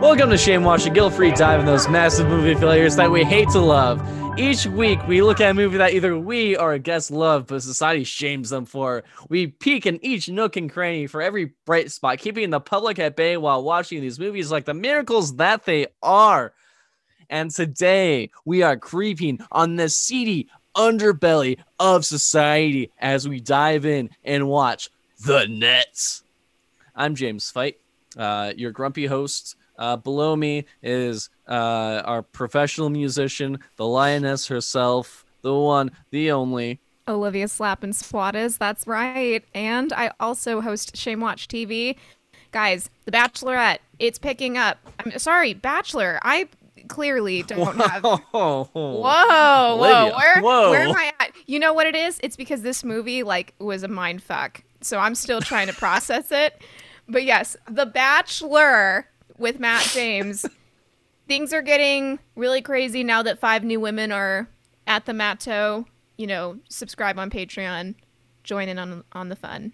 Welcome to Shame Watch, a guilt free dive in those massive movie failures that we hate to love. Each week, we look at a movie that either we or a guest love, but society shames them for. We peek in each nook and cranny for every bright spot, keeping the public at bay while watching these movies like the miracles that they are. And today, we are creeping on the seedy underbelly of society as we dive in and watch The Nets. I'm James Fight, uh, your grumpy host. Uh, below me is uh, our professional musician, the lioness herself, the one, the only. Olivia Slap and Squatters, that's right. And I also host Shame Watch TV. Guys, The Bachelorette, it's picking up. I'm sorry, Bachelor. I clearly don't have. Whoa, whoa, Olivia, where, whoa. where am I at? You know what it is? It's because this movie like was a mind fuck. So I'm still trying to process it. But yes, The Bachelor with Matt James. Things are getting really crazy now that five new women are at the Matto. You know, subscribe on Patreon, join in on on the fun.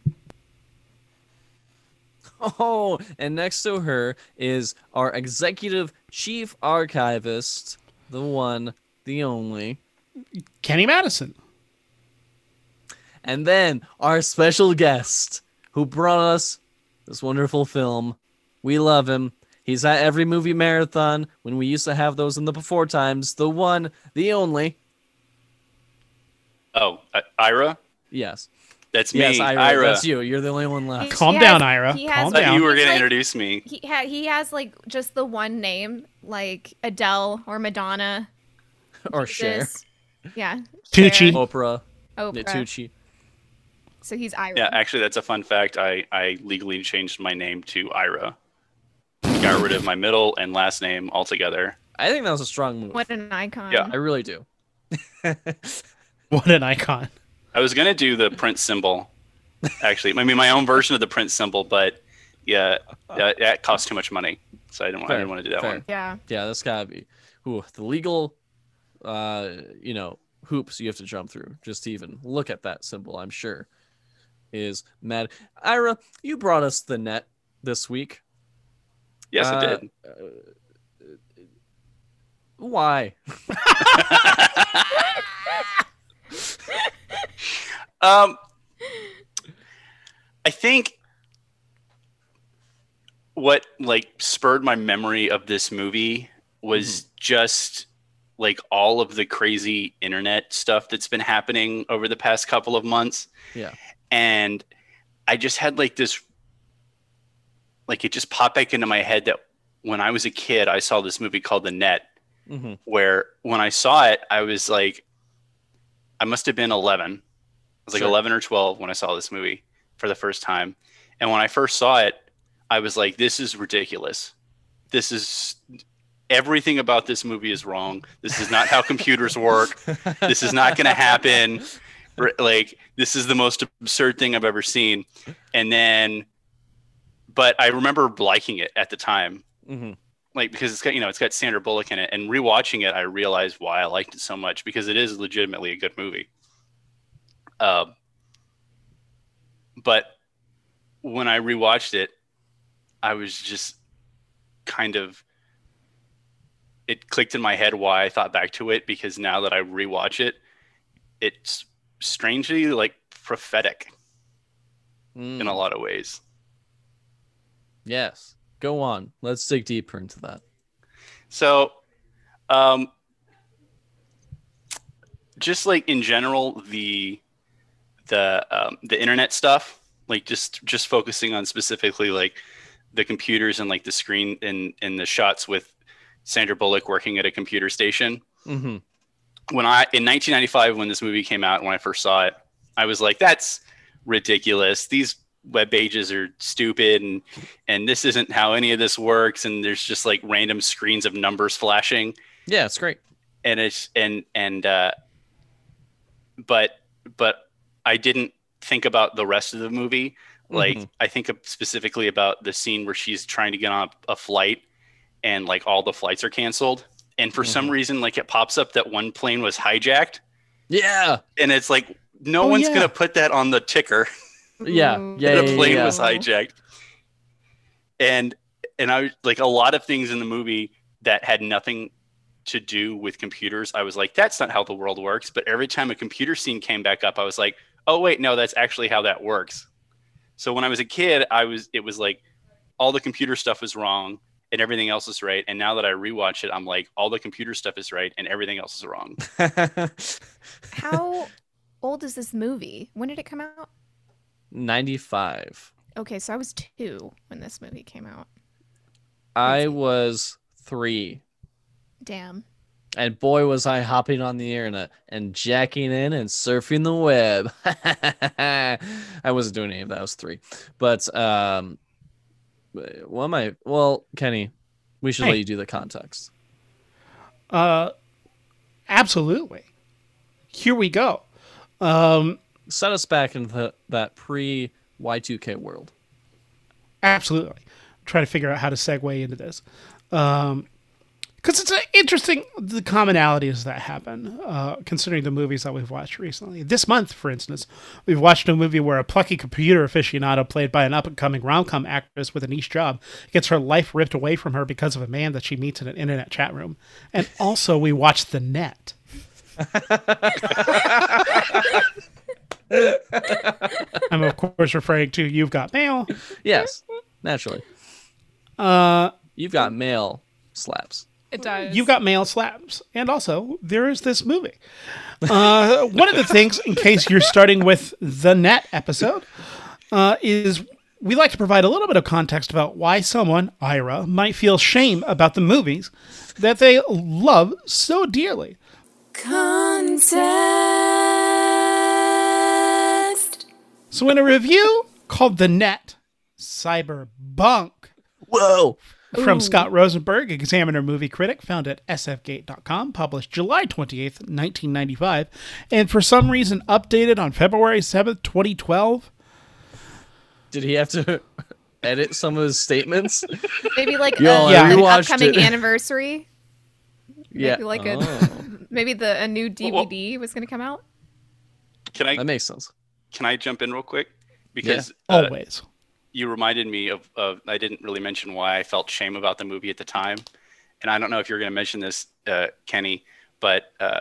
Oh, and next to her is our executive chief archivist, the one, the only. Kenny Madison. And then our special guest who brought us this wonderful film. We love him. He's at every movie marathon when we used to have those in the before times. The one, the only. Oh, I- Ira? Yes. That's me. Yes, Ira. Ira, That's you. You're the only one left. Calm He down, has- Ira. he Calm has- I thought down. you were going It's to like- introduce me. He ha- he has like just the one name, like Adele or Madonna. or Cher. This- Yeah. Tucci. Cher, Oprah. Oprah. Natucci. So he's Irish. Yeah, actually, that's a fun fact. I, I legally changed my name to Ira. Got rid of my middle and last name altogether. I think that was a strong move. What an icon. Yeah. I really do. What an icon. I was going to do the print symbol, actually. I mean, my own version of the print symbol, but yeah, that, that cost too much money. So I didn't, want- I didn't want to do that Uh-huh. Fair. one. Yeah. Yeah, that's gotta be. Ooh, the legal, uh, you know, hoops you have to jump through just to even look at that symbol. I'm sure is mad. Ira, you brought us the net this week. Yes, it Uh, did. Why? Um, I think what like spurred my memory of this movie was just like all of the crazy internet stuff that's been happening over the past couple of months. Yeah. And I just had like this like it just popped back into my head that when I was a kid I saw this movie called The Net Mm-hmm. where when I saw it, I was like, I must have been 11. I was like Sure. 11 or 12 when I saw this movie for the first time. And when I first saw it, I was like, this is ridiculous. This is everything about this movie is wrong. This is not how computers work. This is not going to happen. R- Like, this is the most absurd thing I've ever seen. And then, but I remember liking it at the time hmm like because it's got you know it's got Sandra Bullock in it, and rewatching it, I realized why I liked it so much because it is legitimately a good movie. Um, but when I rewatched it, I was just kind of it clicked in my head why I thought back to it because now that I rewatch it, it's strangely like prophetic in a lot of ways. mm, Yes. Go on. Let's dig deeper into that. So, um, just like in general, the the um, the internet stuff, like just just focusing on specifically like the computers and like the screen and and the shots with Sandra Bullock working at a computer station. Mm-hmm. When I in 1995, when this movie came out, when I first saw it, I was like, "That's ridiculous. These web pages are stupid, and and this isn't how any of this works." And there's just like random screens of numbers flashing Yeah, it's great. and it's and and uh but but i didn't think about the rest of the movie like Mhm. i think specifically about the scene where she's trying to get on a flight and like all the flights are canceled and for Mm-hmm. some reason like it pops up that one plane was hijacked Yeah. and it's like no Oh, one's yeah. gonna put that on the ticker Yeah. Ooh. Yeah, the yeah, plane yeah. was hijacked and and I was like a lot of things in the movie that had nothing to do with computers. I was like, that's not how the world works. But every time a computer scene came back up, I was like, oh wait, no, that's actually how that works. So when I was a kid, I was it was like all the computer stuff was wrong and everything else is right. And now that I rewatch it, I'm like, all the computer stuff is right and everything else is wrong. How old is this movie? When did it come out? 95. Okay, so I was two when this movie came out. I was three, Damn. and boy, was I hopping on the internet and jacking in and surfing the web. I wasn't doing any of that. I was three. But, um, what am I? Well, Kenny, we should let Hey. you do the context. Uh, absolutely. Here we go. Um, Set us back into the, that pre Y2K world. absolutely. Try to figure out how to segue into this. Um, because it's an interesting the commonalities that happen uh, considering the movies that we've watched recently this month for instance we've watched a movie where a plucky computer aficionado played by an up-and-coming rom-com actress with a niche job gets her life ripped away from her because of a man that she meets in an internet chat room and also we watched the net i'm of course referring to you've got mail Yes, naturally. uh, You've got mail slaps. It does. You've got male slaps. And also, there is this movie. Uh, one of the things, in case you're starting with the net episode, uh, is we like to provide a little bit of context about why someone, Ira, might feel shame about the movies that they love so dearly. Context. So, in a review called The Net Cyberbunk Whoa. from Scott Rosenberg, Examiner movie critic, found at sfgate.com, published July 28th, 1995, and for some reason updated on February 7th, 2012. Did he have to edit some of his statements? maybe like Yo, a, I an rewatched upcoming it. anniversary. yeah. like a- Oh, Maybe the a new DVD was going to come out. Can that I makes sense. can I jump in real quick? Because uh, Always. you reminded me of, of I didn't really mention why I felt shame about the movie at the time, and I don't know if you're going to mention this, uh, Kenny, but uh,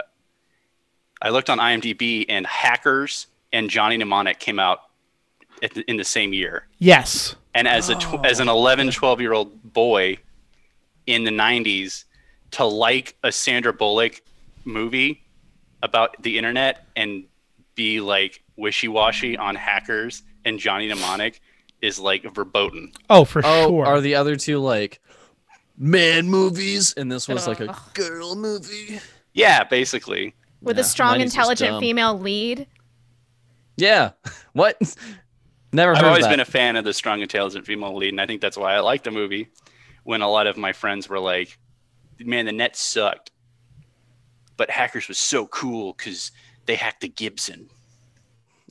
I looked on IMDb and Hackers and Johnny Mnemonic came out at the, in the same year, Yes. and as a tw- as an 11, 12 year old boy in the 90s, to like a Sandra Bullock movie about the internet and be like wishy washy on Hackers and Johnny Mnemonic is like verboten. Oh, for Oh, sure. are the other two like man movies? And this was like a Ugh. girl movie. Yeah, basically. With Yeah, a strong, 90s was intelligent dumb. female lead. Yeah. What? Never heard I've always that. been a fan of the strong, intelligent female lead, and I think that's why I like the movie. When a lot of my friends were like, "Man, the net sucked," but Hackers was so cool because they hacked the Gibson.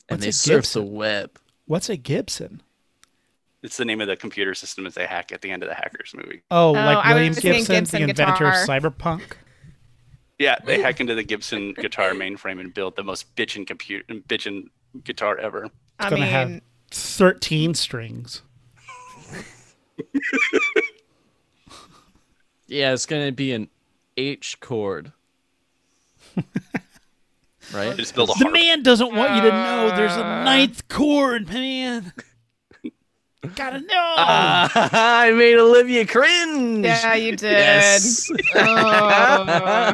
and they What's a surf the Gibson? web. What's a Gibson? It's the name of the computer system that they hack at the end of the Hackers movie. Oh, I like was William thinking Gibson, Gibson the inventor of guitar. cyberpunk. Yeah, they hack into the Gibson guitar mainframe and build the most bitchin' computer, bitchin' guitar ever. I gonna mean, have- Thirteen strings. Yeah, it's gonna be an H chord. They right? just build a The harp. man doesn't want you to know there's a Uh. ninth chord, man. Gotta know. Oh. Ah, I made Olivia cringe. yeah, you did. Yes. Oh.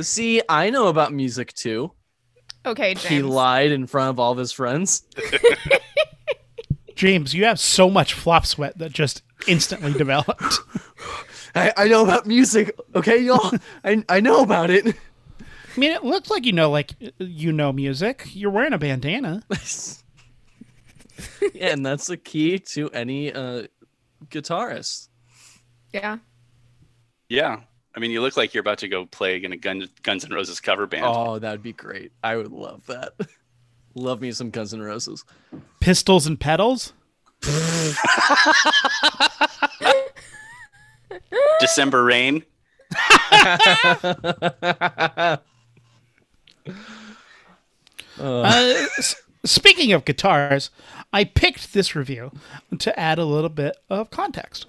See, I know about music too. Okay, He James. lied in front of all of his friends. James, you have so much flop sweat that just instantly developed. I, I know about music, okay, y'all. I I know about it. I mean, it looks like you know, like you know music. You're wearing a bandana. yeah, and that's the key to any uh, guitarist. yeah. Yeah, I mean, you look like you're about to go play in a Gun- Guns N' Roses cover band. Oh, that would be great. I would love that. love me some Guns N' Roses. Pistols and pedals. December Rain. Uh, s- Speaking of guitars, I picked this review to add a little bit of context.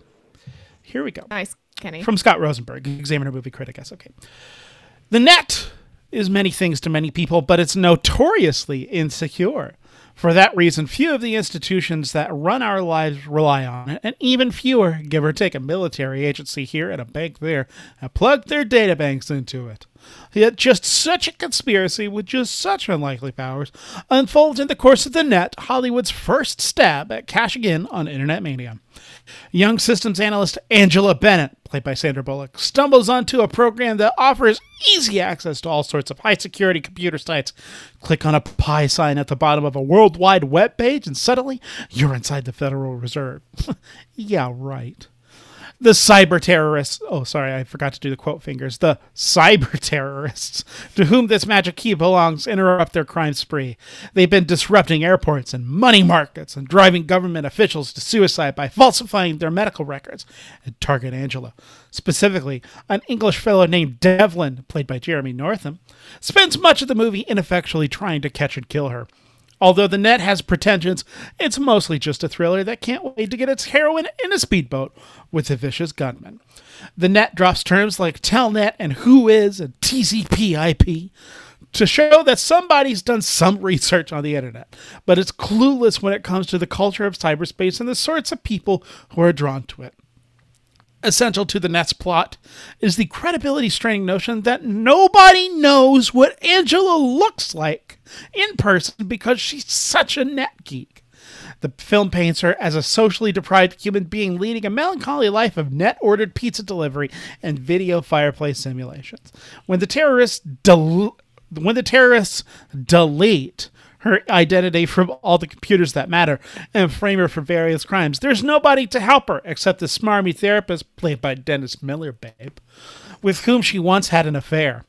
Here we go. Nice, Kenny. From Scott Rosenberg, Examiner Movie Critic, SOK. The net is many things to many people, but it's notoriously insecure. For that reason, few of the institutions that run our lives rely on it, and even fewer, give or take a military agency here and a bank there, have plugged their data banks into it. Yet just such a conspiracy with just such unlikely powers unfolds in the course of the net, Hollywood's first stab at cashing in on internet mania. Young systems analyst Angela Bennett, played by Sandra Bullock, stumbles onto a program that offers easy access to all sorts of high security computer sites. Click on a pie sign at the bottom of a worldwide web page, and suddenly you're inside the Federal Reserve. yeah, right the cyber terrorists. Oh, sorry, I forgot to do the quote fingers. The cyber terrorists to whom this magic key belongs interrupt their crime spree. They've been disrupting airports and money markets and driving government officials to suicide by falsifying their medical records and target Angela. Specifically, an English fellow named Devlin, played by Jeremy Northam, spends much of the movie ineffectually trying to catch and kill her. Although the net has pretensions, it's mostly just a thriller that can't wait to get its heroine in a speedboat with a vicious gunman. The net drops terms like Telnet and Who Is and TCP/IP to show that somebody's done some research on the internet, but it's clueless when it comes to the culture of cyberspace and the sorts of people who are drawn to it essential to the Nets plot is the credibility straining notion that nobody knows what Angela looks like in person because she's such a net geek. The film paints her as a socially deprived human being leading a melancholy life of net ordered pizza delivery and video fireplace simulations. When the terrorists del- when the terrorists delete her identity from all the computers that matter and frame her for various crimes. There's nobody to help her except the smarmy therapist played by Dennis Miller, babe, with whom she once had an affair.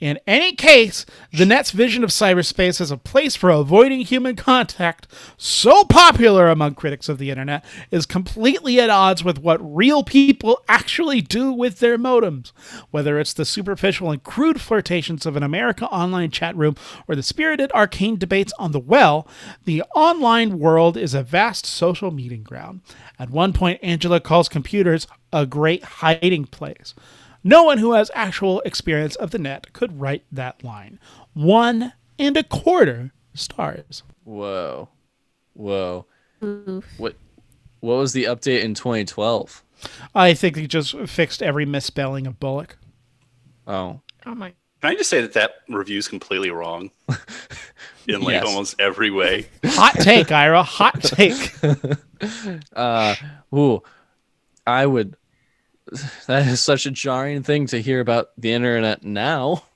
In any case, the net's vision of cyberspace as a place for avoiding human contact, so popular among critics of the internet, is completely at odds with what real people actually do with their modems. Whether it's the superficial and crude flirtations of an America online chat room or the spirited arcane debates on the well, the online world is a vast social meeting ground. At one point, Angela calls computers a great hiding place. No one who has actual experience of the net could write that line. One and a quarter stars. Whoa, whoa. What? What was the update in 2012? I think they just fixed every misspelling of Bullock. Oh, oh my. Can I just say that that review's completely wrong in like Yes. almost every way? Hot take, Ira. Hot take. ooh, I would. That is such a jarring thing to hear about the internet now.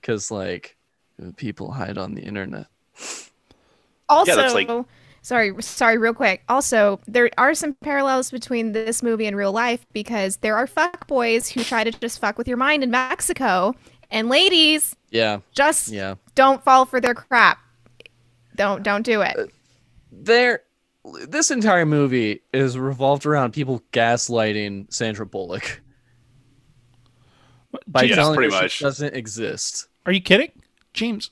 Because like, people hide on the internet. Also, that's like- sorry, sorry, real quick. Also, there are some parallels between this movie and real life because there are fuckboys who try to just fuck with your mind in Mexico, and ladies Yeah, just yeah. don't fall for their crap. Don't don't do it. Uh, There. This entire movie is revolved around people gaslighting Sandra Bullock by Yes, telling her pretty she much. doesn't exist. Are you kidding? James,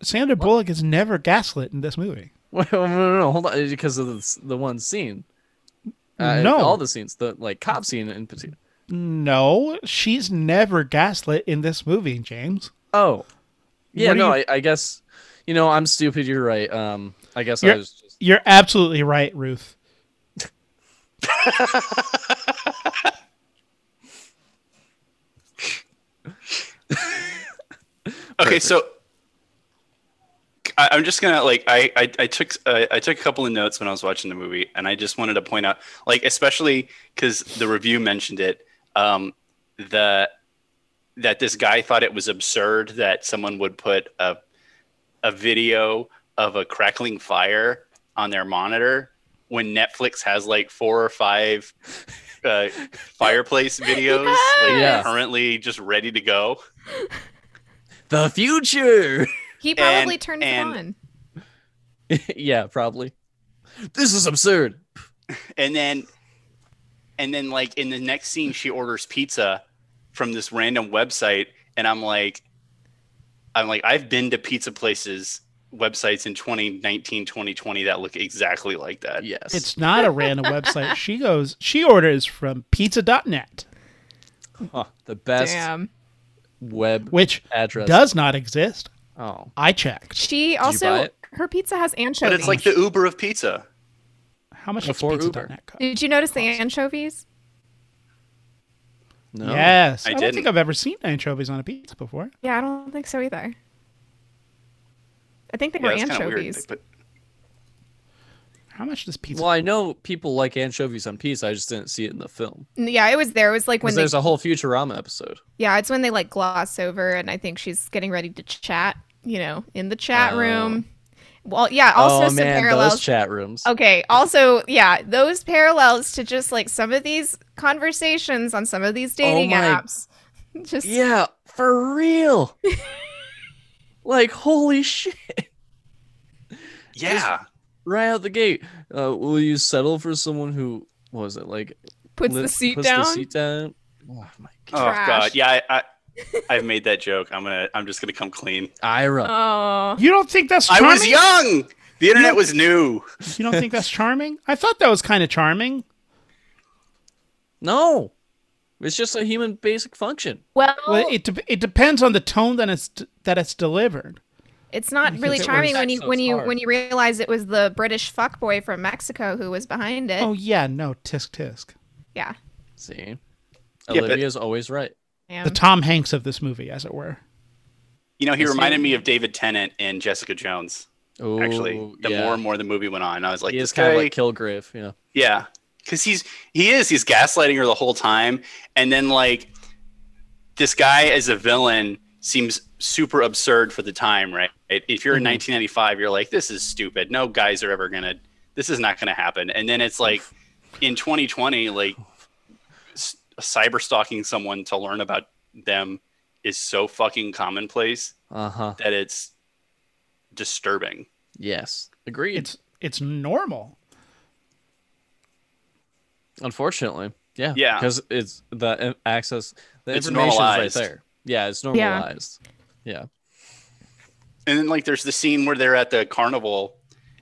Sandra Bullock is never gaslit in this movie. Wait, no, no, no, hold on, because of the, the one scene. Uh, No. all the scenes, the like cop scene in particular. No, she's never gaslit in this movie, James. Oh, yeah, What do no, you- I, I guess you know I'm stupid. You're right. Um, I guess I You're, was just you're absolutely right, Ruth. Okay, so I, I'm just gonna like I I, I took uh, I took a couple of notes when I was watching the movie, and I just wanted to point out like especially because the review mentioned it um, the that this guy thought it was absurd that someone would put a a video of a crackling fire on their monitor when Netflix has like four or five uh, fireplace videos like, Yes. currently just ready to go. the future. He probably And- turned and- it on. yeah, probably. This is absurd. and then and then like in the next scene she orders pizza from this random website and i'm like i'm like i've been to pizza places websites in 2019, 2020 that look exactly like that. Yes. It's not a random website. She goes, she orders from pizza.net, Huh, the best Damn. web which address. does not exist. oh. I checked. She buy also it? her pizza has anchovies. But it's like the Uber of pizza. How much does Before Uber. pizza.net cost? Did you notice the anchovies? No. Yes. I I, don't didn't. think I've ever seen anchovies on a pizza before. Yeah, I don't think so either. I think they Yeah, were that's kind of weird. anchovies. But How much does pizza Well, I know people like anchovies on pizza. I just didn't see it in the film. N- Yeah, it was there. It was like when Because they, there's a whole Futurama episode. yeah, it's when they like gloss over, and I think she's getting ready to chat. You know, in the chat Oh. room. Well, yeah. Also, oh some man, parallels. those chat rooms. Oh. Okay. Also, yeah, those parallels to just like some of these conversations on some of these dating Oh my- apps. Just Yeah, for real. like holy shit! yeah. Right out the gate, uh, will you settle for someone who what was it like puts li- the seat puts down. The seat down. Oh my god, Oh Trash. god. Yeah, I, I I've made that joke. I'm gonna I'm just gonna come clean. Ira. Oh, You don't think that's I charming? was young. The internet was new. You don't think that's charming? I thought that was kind of charming. no, it's just a human basic function. well, Well, it de- it depends on the tone that it's that it's delivered. it's not really it charming works. when you So when it's you hard. when you realize it was the British fuckboy from Mexico who was behind it. Oh yeah, no, tisk tisk. Yeah. See, but- Olivia's always right. Damn. The Tom Hanks of this movie, as it were. You know, he I see. reminded me of David Tennant and Jessica Jones. Oh, Actually, the yeah. more and more the movie went on, I was like, he this is kind guy, of like Kilgrave. Yeah, yeah, because he's he is he's gaslighting her the whole time, and then like this guy as a villain seems super absurd for the time, right? If Mm-hmm. you're in 1995, you're like, this is stupid. No guys are ever gonna. This is not gonna happen. And then it's like in 2020, like s- cyber stalking someone to learn about them is so fucking commonplace uh huh. that it's disturbing. Yes, agreed. It's it's normal. Unfortunately, yeah, Yeah. because it's the i- access, the It's information's right normalized. there. Yeah, it's normalized. Yeah, And then like there's the scene where they're at the carnival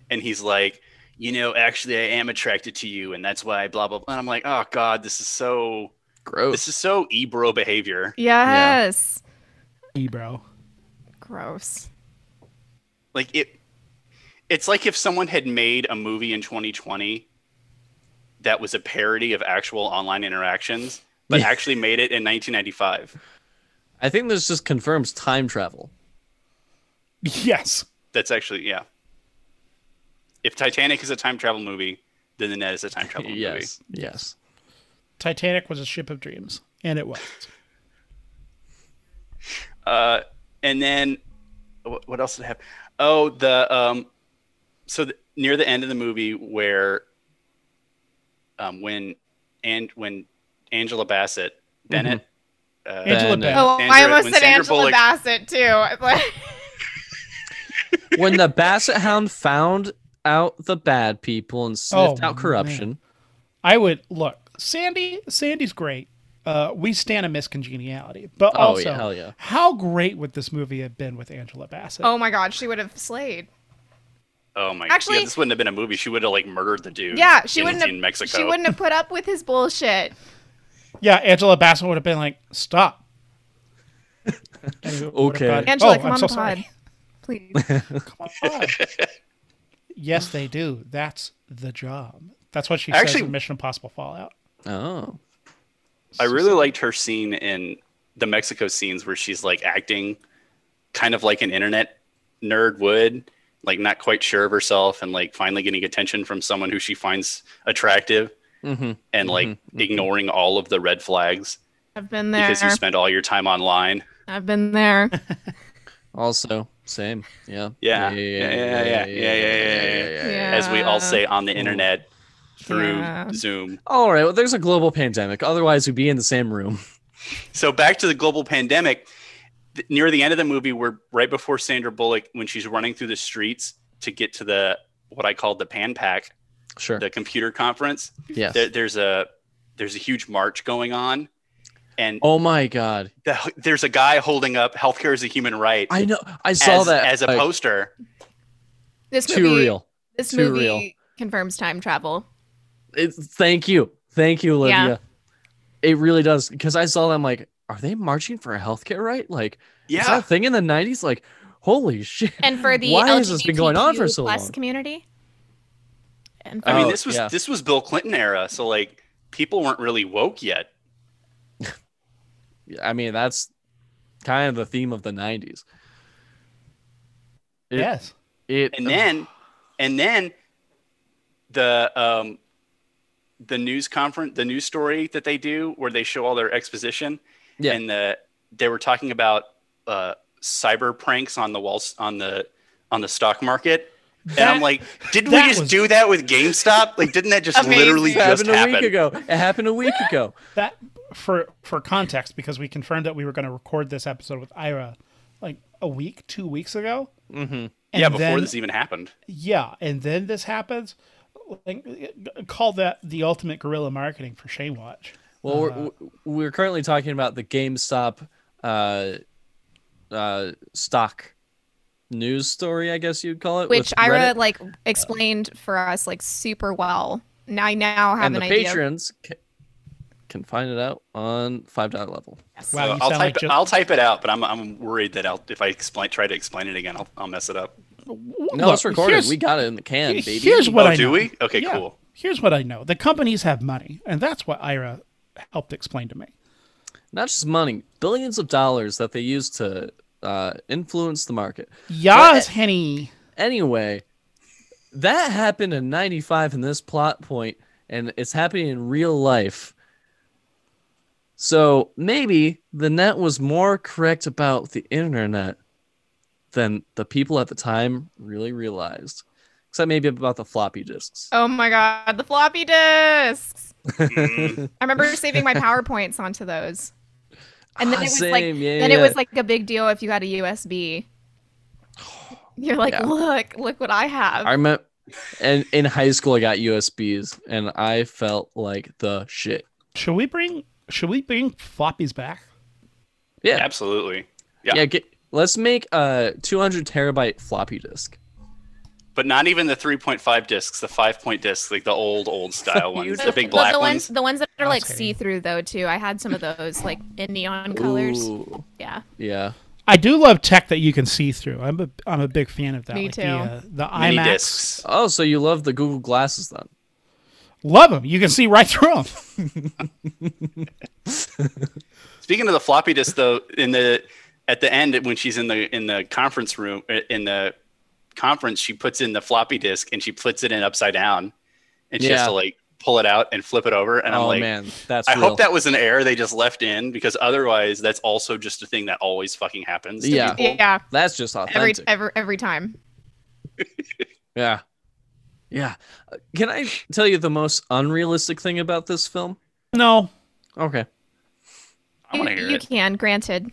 and he's like, you know, actually I am attracted to you and that's why blah blah blah. And I'm like, oh god, this is so gross. this is so ebro behavior. yes. Ebro. Gross. Like it it's like if someone had made a movie in 2020 that was a parody of actual online interactions, but Yeah. actually made it in 1995. I think this just confirms time travel. Yes. That's actually yeah. If Titanic is a time travel movie, then the net is a time travel movie. Yes, yes. Titanic was a ship of dreams, and it was. Uh, and then wh- what else did I have? Oh, the um, so the, near the end of the movie where um, when and when Angela Bassett Bennett uh, Angela Then, Bassett. uh, Oh, I Sandra- almost when said Sandra Angela Bullock- Bassett too. when the Basset Hound found out the bad people and sniffed Oh, out corruption, I would look. Sandy. Sandy's great. Uh, we stand a miscongeniality, but Oh, also yeah, hell yeah. how great would this movie have been with Angela Bassett? oh my god, she would have slayed. Oh my! Actually, Mm-hmm. Actually- yeah, this wouldn't have been a movie. She would have like murdered the dude. Yeah, she in, wouldn't have in Mexico. she wouldn't have put up with his bullshit. Oh, Yeah, Angela Bassett would have been like, "Stop." And he would have Okay. gone, Angela, "Oh, come I'm on so the sorry." pod. Please. Come on. yes, they do. That's the job. That's what she says Actually- in Mission Impossible Fallout. Oh, I really liked her scene in the Mexico scenes where she's like acting kind of like an internet nerd would, like not quite sure of herself and like finally getting attention from someone who she finds attractive mm-hmm. and like ignoring all of the red flags I've been there. because you spend all your time online. I've been there. also same. Yeah. Yeah. Yeah, yeah, yeah, yeah, yeah, yeah, yeah. As we all say on the internet through Yeah. Zoom. All right. Well, there's a global pandemic. Otherwise, we'd be in the same room. So back to the global pandemic. th- Near the end of the movie, we're right before Sandra Bullock when she's running through the streets to get to the what I called the Pan Pack, Sure. the computer conference. yes. There, there's a there's a huge march going on, and oh my god. the, there's a guy holding up "Healthcare is a Human Right" I know. I saw as, that as a like, poster, This Too movie, real. This Too movie real. confirms time travel. It's, thank you. Thank you, Yeah. Olivia. It really does. Because I saw them like, are they marching for healthcare right? Like, is that Yeah. a thing in the 90s? Like, holy shit. And for the Why has this been going on for LGBTQ+ so long? community. And for I mean, Oh, this was yeah. this was Bill Clinton era, so like people weren't really woke yet. I mean, that's kind of the theme of the 90s. It- yes. It Oh. and then and then the um the news conference the news story that they do where they show all their exposition Yeah. and the they were talking about uh cyber pranks on the wall on the on the stock market and That- i'm like didn't we that just was- do that with gamestop like didn't that just Amazing. literally it just happened a happen week ago. It happened a week ago. That for for context, because we confirmed that we were going to record this episode with Ira like a week, two weeks ago. Mm-hmm. yeah before this even happened Yeah, and then this happens. Like, Call that the ultimate guerrilla marketing for Shane Watch. Well, we're, we're currently talking about the GameStop uh, uh, stock news story, I guess you'd call it. which with Ira Reddit. like explained for us like super well. And I now have and the an idea. patrons ca- can find it out on five dot level. Wow, So Oh, you I'll sound type like Joe- I'll type it out, but I'm I'm worried that I'll if I explain try to explain it again, I'll, I'll mess it up. No, Look, it's recorded. here's- We got it in the can, baby. Here's what oh, I do know. we? Okay, Yeah. cool. Here's what I know: the companies have money, and that's what Ira helped explain to me. Not just money, billions of dollars that they use to uh, influence the market. Yas, eh, Henny. Anyway, that happened in 95 in this plot point, and it's happening in real life. So maybe the net was more correct about the internet than the people at the time really realized. Except maybe about the floppy disks. Oh my god, the floppy disks. Mm. I remember saving my PowerPoints onto those. And then Ah, it was like same, yeah, then it yeah. was like a big deal if you had a USB. You're like, Yeah. look, look what I have. I remember, and in high school, I got USBs, and I felt like the shit. Should we bring? Should we bring floppies back? Yeah, Absolutely. yeah. get, let's make a 200 terabyte floppy disk. but not even the 3.5 discs, the five point discs, like the old, old style ones, the big But black the ones. the ones that are like kidding. see through though too. I had some of those like in neon colors. Ooh, Yeah. yeah. I do love tech that you can see through. I'm a I'm a big fan of that. Me like The, too. uh, the Mini IMAX. discs. Oh, so you love the Google glasses then? Love them. You can see right through them. Speaking of the floppy disk, though, in the at the end when she's in the in the conference room uh, in the conference, she puts in the floppy disk and she puts it in upside down, and she Yeah. has to like pull it out and flip it over. And I'm oh like, man, that's. I real. hope that was an error they just left in because otherwise, that's also just a thing that always fucking happens. to Yeah. people. Yeah. that's just Every authentic. every every time. yeah, yeah. Uh, Can I tell you the most unrealistic thing about this film? No, Okay, I want to You- hear you it. can, granted.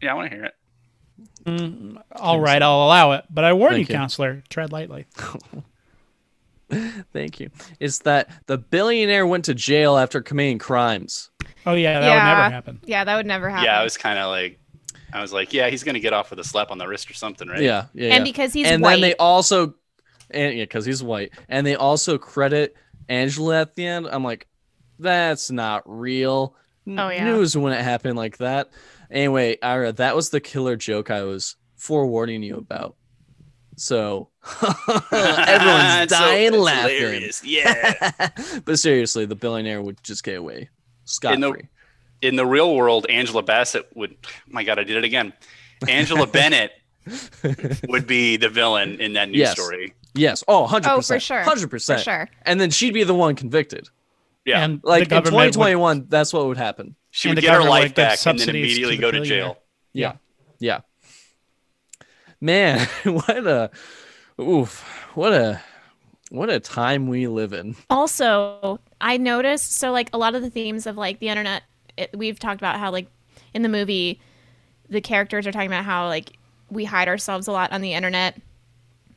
Yeah, I want to hear it. all right, I'll allow it. But I warn Thank you, you. counselor, tread lightly. thank you. It's that the billionaire went to jail after committing crimes. Oh yeah, that yeah. would never happen. Yeah, that would never happen. Yeah, I was kind of like, I was like, yeah, he's gonna get off with a slap on the wrist or something, right? Yeah, yeah. And yeah. because he's and white. then they also, and yeah, because he's white, and they also credit Angela at the end. I'm like, that's not real. N- Oh, yeah. news wouldn't happen like that. Anyway, Ira, that was the killer joke I was forewarning you about. So everyone's It's so- dying it's laughing. hilarious. Yeah. but seriously, the billionaire would just get away scot In the- free. In the real world, Angela Bassett would. oh My God, I did it again. Angela Bennett would be the villain in that news Yes. story. Yes. Oh, 100%. Oh, for sure. 100%. For sure. And then she'd be the one convicted. Yeah, And Like the in government would- 2021, that's what would happen. she and would the get her government life would give back and then subsidies to immediately the go to billionaire. jail. Yeah. Yeah. Man, what a oof, what a what a time we live in. also i noticed so like a lot of the themes of like the internet it, we've talked about how like in the movie the characters are talking about how like we hide ourselves a lot on the internet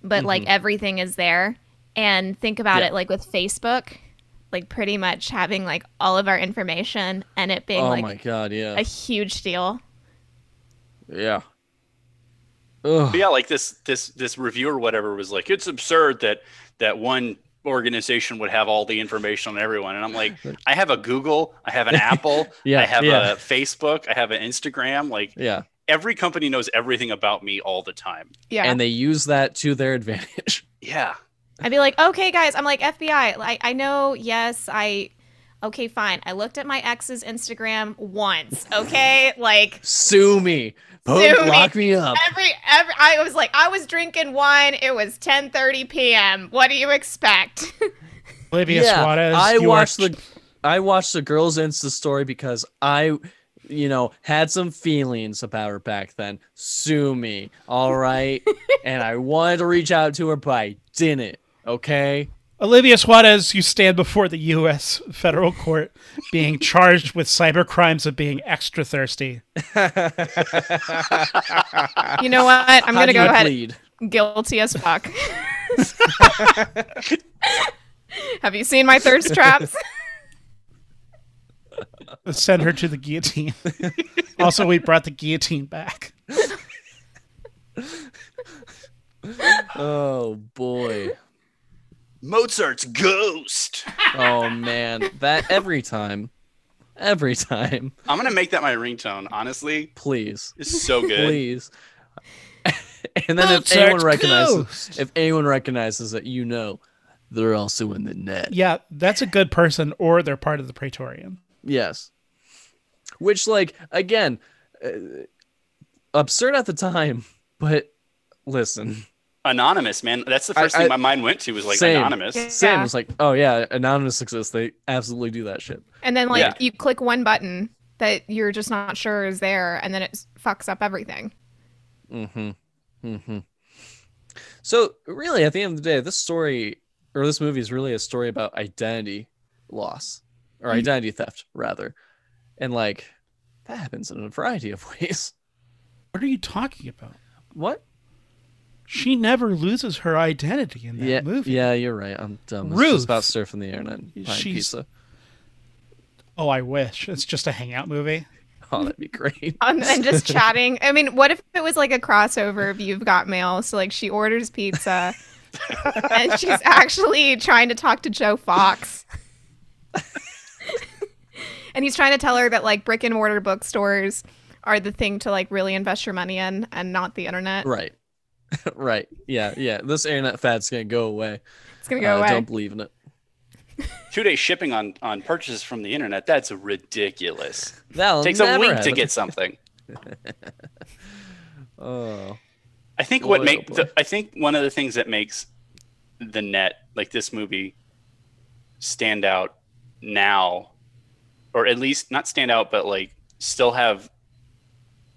but like everything is there and think about Mm-hmm. Yeah. it like with facebook like pretty much having like all of our information and it being oh like my god, yeah. a huge deal yeah. Ugh. But yeah, like this this this review or whatever was like, it's absurd that that one organization would have all the information on everyone. And I'm like, I have a Google, I have an Apple, Yeah, I have yeah. a Facebook, I have an Instagram. Like Yeah. every company knows everything about me all the time. Yeah. And they use that to their advantage. Yeah. I'd be like, okay, guys, I'm like FBI. Like, I know, yes, I. Okay, fine. I looked at my ex's Instagram once. Okay, like Sue me. Boom, Sue me. lock me up. every every. I was like, I was drinking wine. It was 10:30 p.m. What do you expect? Olivia Suarez. I you are watched the I watched the girl's Insta story because I you know had some feelings about her back then. Sue me. All right. and I wanted to reach out to her, but I didn't. Okay. Olivia Suarez, you stand before the U.S. federal court being charged with cyber crimes of being extra thirsty. you know what? I'm How gonna do go you ahead. plead? Guilty as fuck. Have you seen my thirst traps? Send her to the guillotine. also, we brought the guillotine back. Oh boy. Mozart's ghost. Oh man. That every time. Every time. I'm gonna make that my ringtone, honestly. Please. It's so good. Please. and then if Mozart's anyone recognizes Ghost. if anyone recognizes it, you know they're also in the net. Yeah, that's a good person, or they're part of the Praetorian. Yes. Which, like, again, uh, absurd at the time, but listen, Anonymous, man. That's the first I- thing I- my mind went to was like Same. anonymous. Yeah. Sam was like, oh, yeah, Anonymous exists. They absolutely do that shit. And then like Yeah. you click one button that you're just not sure is there, and then it s- fucks up everything. Mm-hmm. So, really, at the end of the day, this story or this movie is really a story about identity loss Mm-hmm. or identity theft, rather. And, like, that happens in a variety of ways. What are you talking about? What? She never loses her identity in that yeah, movie. yeah, you're right. I'm dumb. It's Ruth. just about surfing the internet and buying She's- pizza. Oh, I wish. It's just a hangout movie. Oh, that'd be great. Um, and just chatting. I mean, what if it was like a crossover of You've Got Mail? So like she orders pizza, and she's actually trying to talk to Joe Fox. and he's trying to tell her that like brick and mortar bookstores are the thing to like really invest your money in and not the internet. Right. right. Yeah. Yeah. This internet fad's going to go away. It's gonna go Uh, away. Don't believe in it. Two day shipping on on purchases from the internet. That's ridiculous. That takes a week to get something. Oh. I think Boy, what oh make boy. the, I think one of the things that makes the net like this movie stand out now, or at least not stand out, but like still have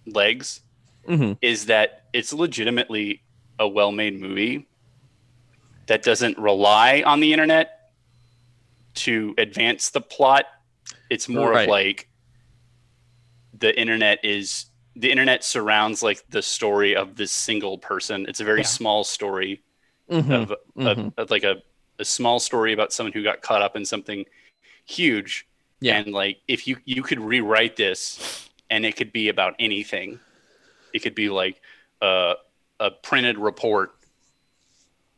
legs, Mhm. is that it's legitimately a well-made movie that doesn't rely on the internet to advance the plot. It's more Right. of like the internet is the internet surrounds like the story of this single person. It's a very Yeah. small story Mhm. of, of- Mm-hmm. of like a, a small story about someone who got caught up in something huge. Yeah. And like if you you could rewrite this and it could be about anything. It could be like a a printed report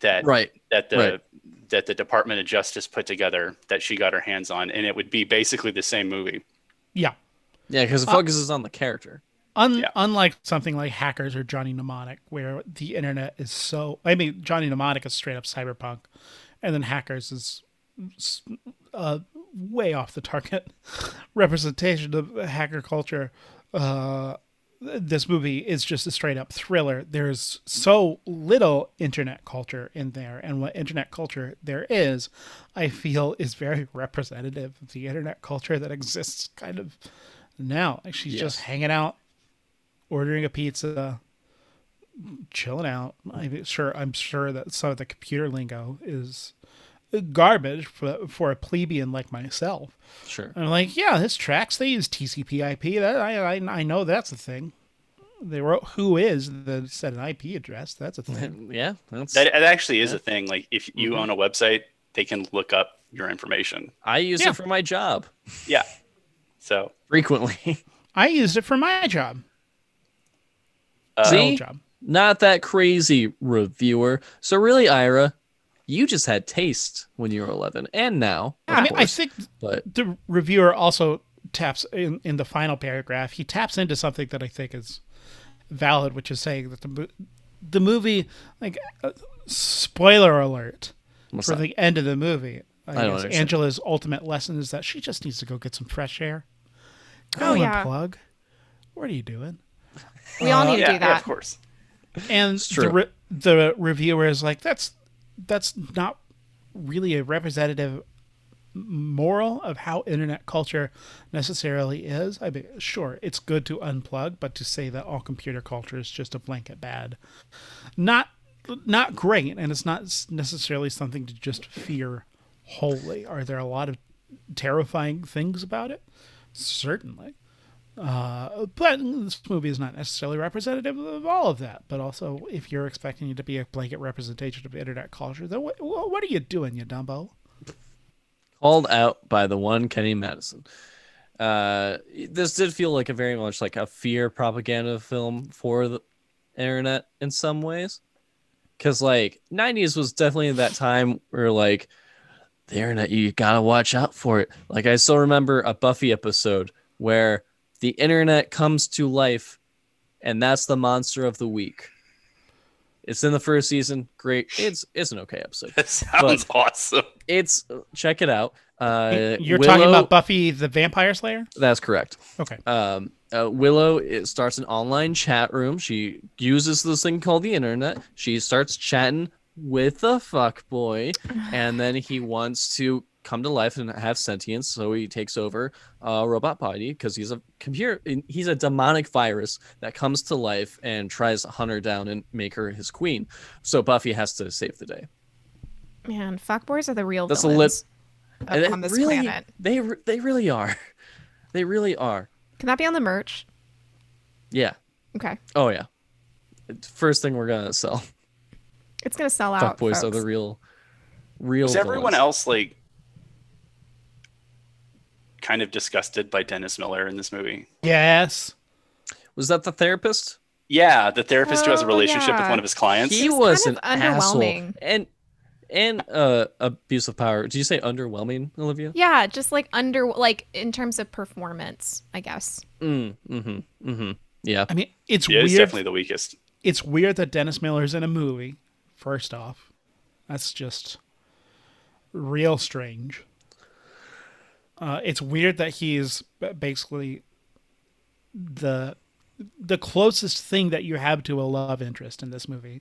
that Right. that the right. that the Department of Justice put together that she got her hands on and it would be basically the same movie. Yeah. Yeah. Because it focuses on the character. Un- Yeah. Unlike something like Hackers or Johnny Mnemonic, where the internet is so. I mean, Johnny Mnemonic is straight up cyberpunk, and then Hackers is s- uh, way off the target representation of hacker culture. Uh, th- this movie is just a straight up thriller. There's so little internet culture in there, and what internet culture there is, I feel, is very representative of the internet culture that exists kind of now. Like she's just Yes. hanging out, ordering a pizza, chilling out. I'm sure. I'm sure that some of the computer lingo is garbage for, for a plebeian like myself. Sure. I'm like, yeah, this tracks. They use TCP/IP. That I, I I know that's a thing. They wrote who is then said an IP address. That's a thing. Yeah. That's. That, that actually is a thing. Like if you Mm-hmm. own a website, they can look up your information. I use Yeah. it for my job Yeah. So frequently. I used it for my job. uh, See? Uh, My old job. Not that crazy, reviewer. So really, Ira, you just had taste when you were 11, and now, of I mean, I course. think but the reviewer also taps in, in the final paragraph. He taps into something that I think is valid, which is saying that the mo- the movie, like, uh, spoiler alert What's for that? the end of the movie. I, don't guess understand. Angela's ultimate lesson is that she just needs to go get some fresh air. Go Oh, yeah. unplug. What are you doing? We all need to yeah, do yeah, that. of course. and the true. re- the reviewer is like, "That's that's not really a representative moral of how internet culture necessarily is." I mean, sure, it's good to unplug, but to say that all computer culture is just a blanket bad, not not great, and it's not s- necessarily something to just fear wholly. Are there a lot of terrifying things about it? Certainly but this movie is not necessarily representative of all of that. But also, if you're expecting it to be a blanket representation of internet culture, then what, what are you doing, you dumbo? called out by the one Kenny Madison. Uh, this did feel like a very much like a fear propaganda film for the internet in some ways, because like '90s was definitely that time where like the internet you gotta watch out for it. Like I still remember a Buffy episode where the internet comes to life, and that's the monster of the week. It's in the first season. Great. It's it's an okay episode. That sounds awesome. It's check it out. Uh, you're Willow, talking about Buffy the Vampire Slayer? that's correct. Okay. Um, uh, Willow it starts an online chat room. She uses this thing called the internet. She starts chatting with the fuck boy, and then he wants to come to life and have sentience. So he takes over a robot body because he's a computer. He's a demonic virus that comes to life and tries to hunt her down and make her his queen. So Buffy has to save the day. Man, fuckboys are the real That's a villains. lit. up And on it this really, planet. They re- they really are. They really are. Can that be on the merch? Yeah. Okay. Oh yeah. It's first thing we're gonna sell. It's going to sell out. Fuck boys are Oh, folks. the real, real. Was everyone villains. else like kind of disgusted by Dennis Miller in this movie? Yes. Was that the therapist? Yeah, the therapist who has a Oh, relationship with yeah. one of his clients. He It's was kind of an asshole underwhelming. and and uh abuse of power. Did you say underwhelming, Olivia? Yeah, just like under, like in terms of performance, I guess. Mm, mm-hmm. Mm-hmm. Yeah. I mean, it's yeah, weird. he's definitely the weakest. It's weird that Dennis Miller's in a movie. First off, that's just real strange. Uh, it's weird that he's ba- basically the the closest thing that you have to a love interest in this movie,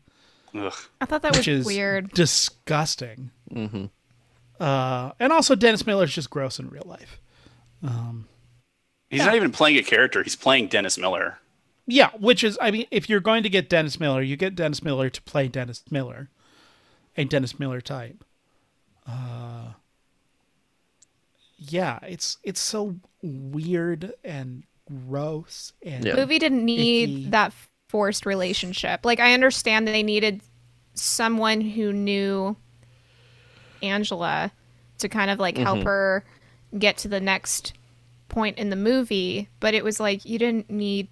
Ugh. I thought that which was is weird. disgusting. Uh, and also, Dennis Miller's just gross in real life. He's not even playing a character. He's playing Dennis Miller. Yeah, which is, I mean, if you're going to get Dennis Miller, you get Dennis Miller to play Dennis Miller, a Dennis Miller type. Uh, yeah, it's it's so weird and gross and Yeah. movie didn't need Icky. that forced relationship. Like I understand they needed someone who knew Angela to kind of like help her get to the next point in the movie, but it was like you didn't need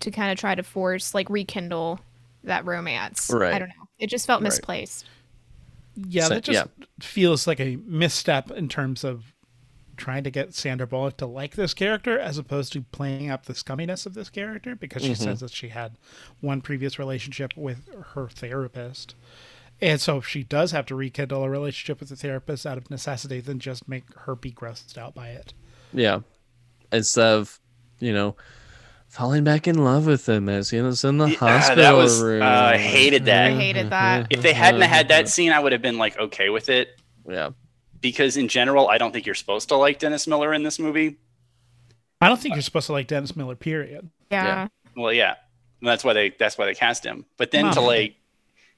to kind of try to force like rekindle that romance. Right. I don't know. It just felt misplaced. yeah, So- that just yeah. feels like a misstep in terms of trying to get Sandra Bullock to like this character as opposed to playing up the scumminess of this character because she Mm-hmm. says that she had one previous relationship with her therapist. And so if she does have to rekindle a relationship with the therapist out of necessity, then just make her be grossed out by it. Yeah. Instead of, you know, falling back in love with him as he was in the Ah, hospital that was. room. Uh, I hated I that. hated that. If they hadn't had that scene, I would have been like okay with it yeah. because in general, I don't think you're supposed to like Dennis Miller in this movie. I don't think you're supposed to like Dennis Miller, period. Yeah. Yeah. Well, yeah, And that's why they that's why they cast him. But then to Wow. like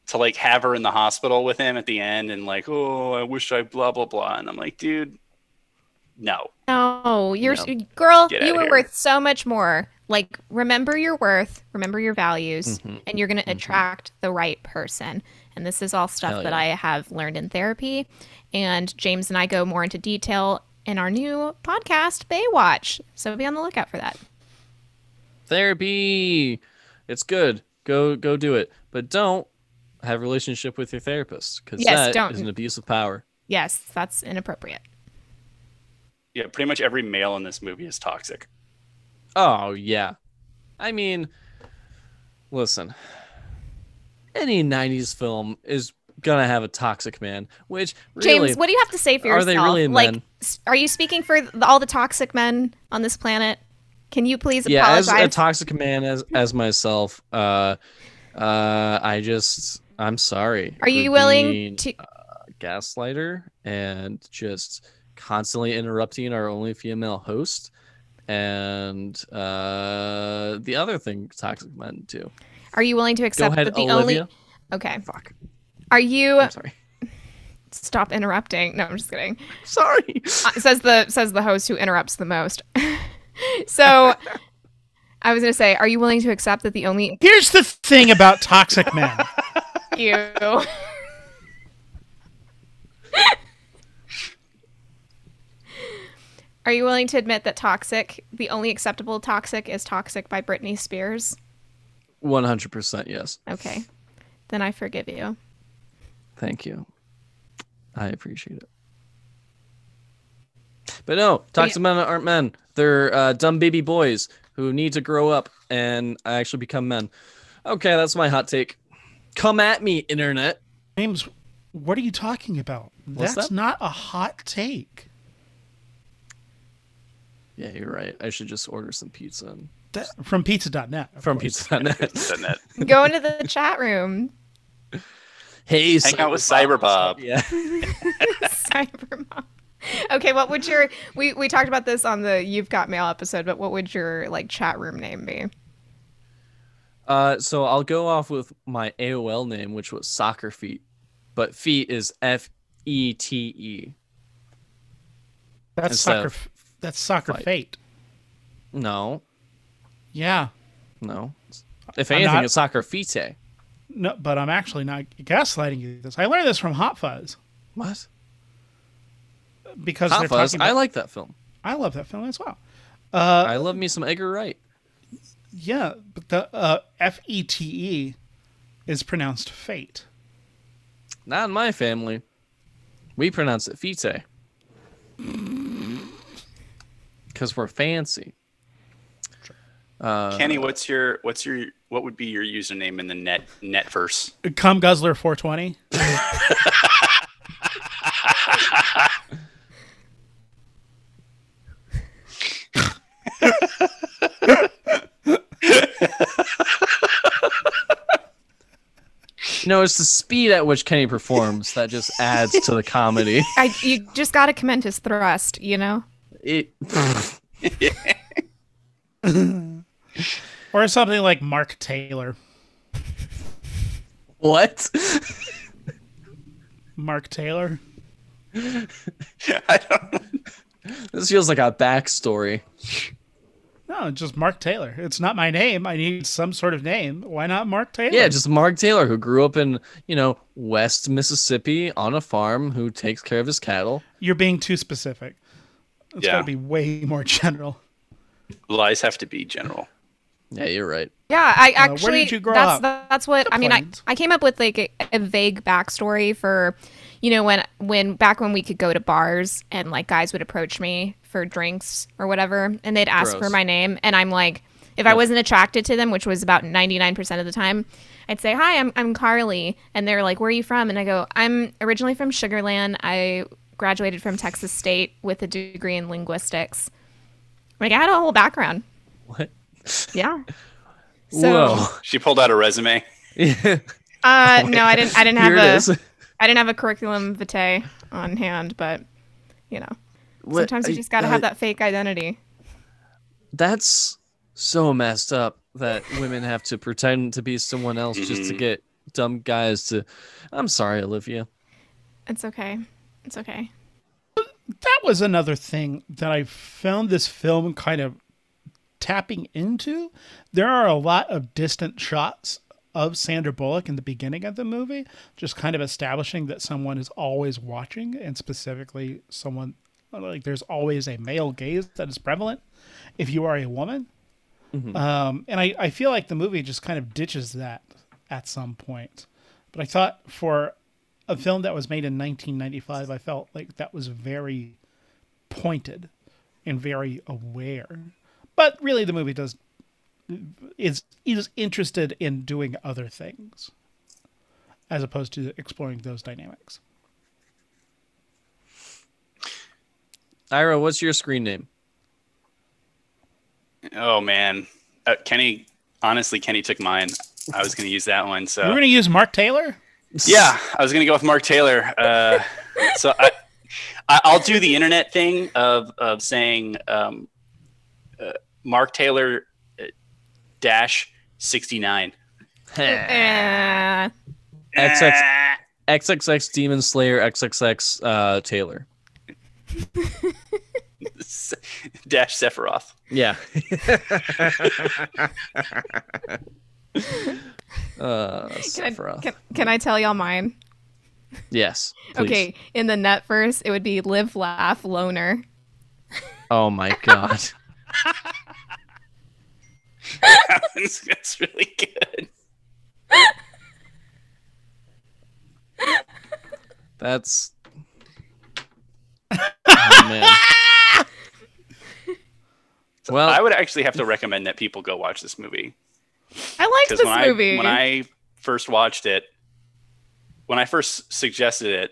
to like have her in the hospital with him at the end and like, oh, I wish I blah blah blah, and I'm like, dude, no, No, you're No. girl, Get you outta were here. worth so much more. Like remember your worth, remember your values, Mm-hmm. and you're going to attract the right person. And this is all stuff Hell that yeah. I have learned in therapy. And James and I go more into detail in our new podcast Baywatch. So be on the lookout for that. Therapy. It's good. Go go do it, but don't have a relationship with your therapist because Yes, that is don't. an abuse of power. Yes, that's inappropriate. Yeah, pretty much every male in this movie is toxic. Oh yeah, I mean, listen, any '90s film is gonna have a toxic man. Which really, James, what do you have to say for Are yourself? they really like, men? s- are you speaking for th- all the toxic men on this planet? Can you please yeah, as apologize? a toxic man as as myself, uh, uh, I just I'm sorry. are you for willing being to? a gaslighter and just constantly interrupting our only female host? And uh, the other thing toxic men do. Are you willing to Go accept ahead, that the Olivia. only? Okay, Fuck. are you? I'm sorry. Stop interrupting. No, I'm just kidding. Sorry. Uh, says the says the host who interrupts the most. so, I was gonna say, are you willing to accept that the only Here's the thing about toxic men. you? Are you willing to admit that toxic, the only acceptable toxic is toxic by Britney Spears? One hundred percent. Yes. Okay. Then I forgive you. Thank you. I appreciate it. But no, toxic men aren't men. They're uh, dumb baby boys who need to grow up and actually become men. Okay, that's my hot take. Come at me, internet. James, what are you talking about? What's That's that? not a hot take. Yeah, you're right. I should just order some pizza and That, from pizza.net. of from course. pizza.net. Doesn't it? Go into the chat room. hey, Hang out with Cyberbob. Yeah. Cybermom. Okay, what would your we we talked about this on the You've Got Mail episode, but what would your like chat room name be? Uh, so I'll go off with my AOL name, which was Soccer Feet, but feet is F E T E. That's Instead soccer. of f- That's soccer fight. fate. No, Yeah. no. If I'm anything, not- it's Soccer Fite. No, but I'm actually not gaslighting you. This I learned this from Hot Fuzz What? because Hot they're Fuzz. talking. I About, Uh, like that film. I love that film as well. I love me some Edgar Wright. Yeah, but the uh, F E T E is pronounced fate. Not in my family. We pronounce it Fite. Because we're fancy. Kenny, what's your what's your what would be your username in the net netverse? Come Guzzler 420. You know, it's the speed at which Kenny performs that just adds to the comedy. I you just gotta commend his thrust, you know? It, Or something like Mark Taylor. what? Mark Taylor. I don't know. this feels like a backstory. No, just Mark Taylor. It's not my name. I need some sort of name. Why not Mark Taylor? Yeah, just Mark Taylor, who grew up in, you know, West Mississippi on a farm who takes care of his cattle. You're being too specific. It's got Yeah, to be way more general. lies have to be general. Yeah, you're right. Yeah, I where did actually you grow that's up? tha- that's what I mean. I, Plains. I came up with like a, a vague backstory for, you know, when when back when we could go to bars and like guys would approach me for drinks or whatever, and they'd ask for Gross. my name, and I'm like, if I wasn't attracted to them, which was about ninety nine percent of the time, I'd say, "Hi, I'm I'm Carly," and they're like, "Where are you from?" And I go, "I'm originally from Sugarland. I graduated from Texas State with a degree in linguistics." Like I had a whole background. What? Yeah. She pulled out a resume. Whoa. Uh, no, I didn't. I didn't have Oh Here it a. is. I didn't have a curriculum vitae on hand, but you know, What- sometimes you I- just got to uh, have that fake identity. That's so messed up that women have to pretend to be someone else just to get dumb guys to. I'm sorry, Olivia. It's okay. It's okay. that was another thing that I found this film kind of tapping into. There are a lot of distant shots of Sandra Bullock in the beginning of the movie, just kind of establishing that someone is always watching, and specifically, someone like there's always a male gaze that is prevalent if you are a woman. Um, and I, I feel like the movie just kind of ditches that at some point. But I thought for a film that was made in 1995, I felt like that was very pointed and very aware. But really, the movie does is is interested in doing other things as opposed to exploring those dynamics. Ira, what's your screen name? Oh man, uh, Kenny. Honestly, Kenny took mine. I was going to use that one. So We're going to use Mark Taylor. Yeah, I was gonna go with Mark Taylor. Uh, so I, I, I'll do the internet thing of of saying um, uh, Mark Taylor uh, dash sixty nine. Ah, Eh. XX, XXX Demon Slayer XXX uh, Taylor. dash Sephiroth. Yeah. uh, Can I, Sephiroth. can, can I tell y'all mine? yes. please. Okay, in the net verse, it would be live, laugh, loner. Oh my god. That's- That's really good. That's. Oh, man. Well, I would actually have to recommend that people go watch this movie I liked because this when movie. I when I first watched it, when I first suggested it,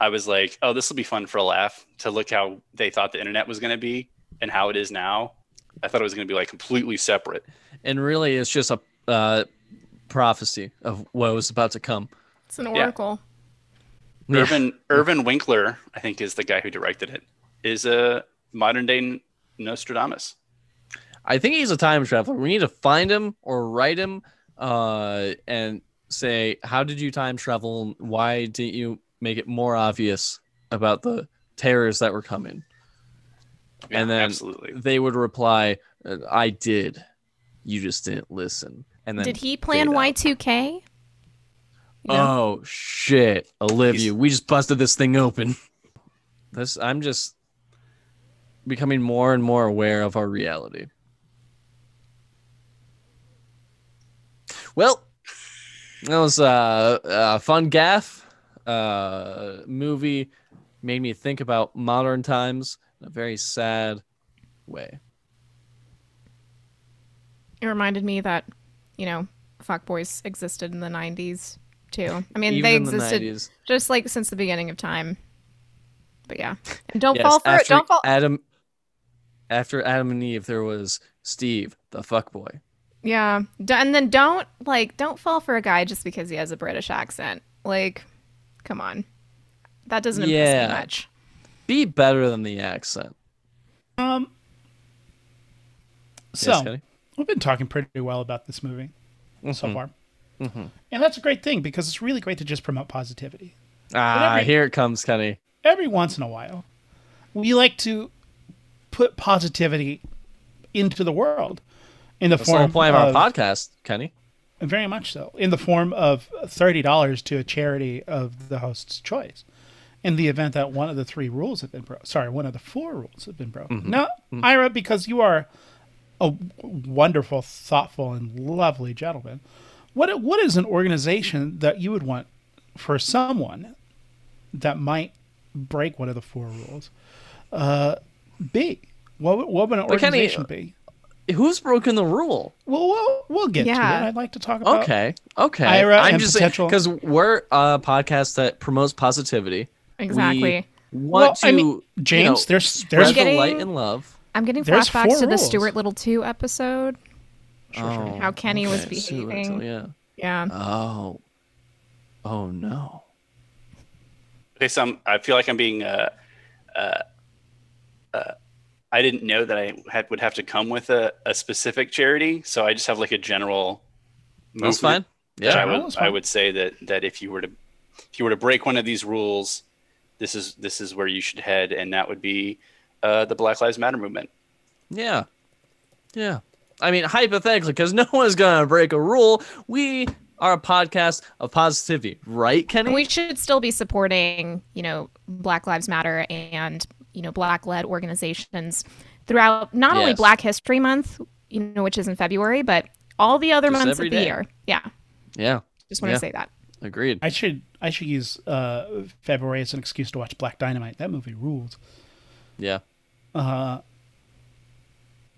I was like, "Oh, this will be fun for a laugh." To look how they thought the internet was going to be and how it is now, I thought it was going to be like completely separate. and really, it's just a uh, prophecy of what was about to come. it's an oracle. Yeah. Irvin Irvin Winkler, I think, is the guy who directed it. Is a modern day Nostradamus. I think he's a time traveler. We need to find him or write him uh, and say, how did you time travel? Why didn't you make it more obvious about the terrors that were coming? Yeah, And then- absolutely, They would reply, uh, I did. You just didn't listen. And then, Did he plan fade out. Y2K? Oh shit, Olivia, He's- we just busted this thing open. This I'm just becoming more and more aware of our reality. Well, that was uh, a fun gaff. Uh, movie made me think about modern times in a very sad way. It reminded me that, you know, fuckboys existed in the 90s too. I mean, Even they in the existed 90s. just like since the beginning of time. But yeah. And don't Yes, fall for it. after Don't fall. Adam. After Adam and Eve, there was Steve, the fuck boy. Yeah. D- And then don't like don't fall for a guy just because he has a British accent. Like, come on. That doesn't impress Yeah. me much. Be better than the accent. Um, so Yes, Kenny? we've been talking pretty well about this movie so far, and that's a great thing because it's really great to just promote positivity. Ah, Whatever. here it comes, Kenny. Every once in a while, we like to put positivity into the world in the That's the form whole point of our podcast, Kenny. Very much so. In the form of $30 to a charity of the host's choice. In the event that one of the three rules have been broken. Sorry, one of the four rules have been broken. Mm-hmm. Now, Ira, because you are a w- wonderful, thoughtful, and lovely gentleman, what what is an organization that you would want for someone that might break one of the four rules uh, be? What, would- what would an But Kenny, organization be? Who's broken the rule? Well, we'll, we'll get Yeah. to it. I'd like to talk about Okay, okay. Uh, Ira and potential- because we're a podcast that promotes positivity. We Exactly. want Well, to, I mean, you James, know, there's spread there's the light getting- and love. I'm getting There's flashbacks four to the rules. Stuart Little 2 episode. Oh, How Kenny was okay, Sue, behaving. yeah. Yeah. Oh. Oh no. Okay, so I'm, I feel like I'm being. Uh, uh, uh, I didn't know that I had, would have to come with a, a specific charity, so I just have like a general. That's movement fine. that Yeah. I Sure. would that's I fine. would say that that if you were to if you were to break one of these rules, this is this is where you should head, and that would be uh, the Black Lives Matter movement. Yeah. Yeah. I mean, hypothetically, because no one's gonna break a rule. We are a podcast of positivity, right, Kenny? We should still be supporting, you know, Black Lives Matter and, you know, black led organizations throughout not only Yes. Black History Month, you know, which is in February, but all the other Just months every of the day. year. Yeah. Yeah. Just want Yeah. to say that. Agreed. I should I should use uh, February as an excuse to watch Black Dynamite. That movie rules. Yeah.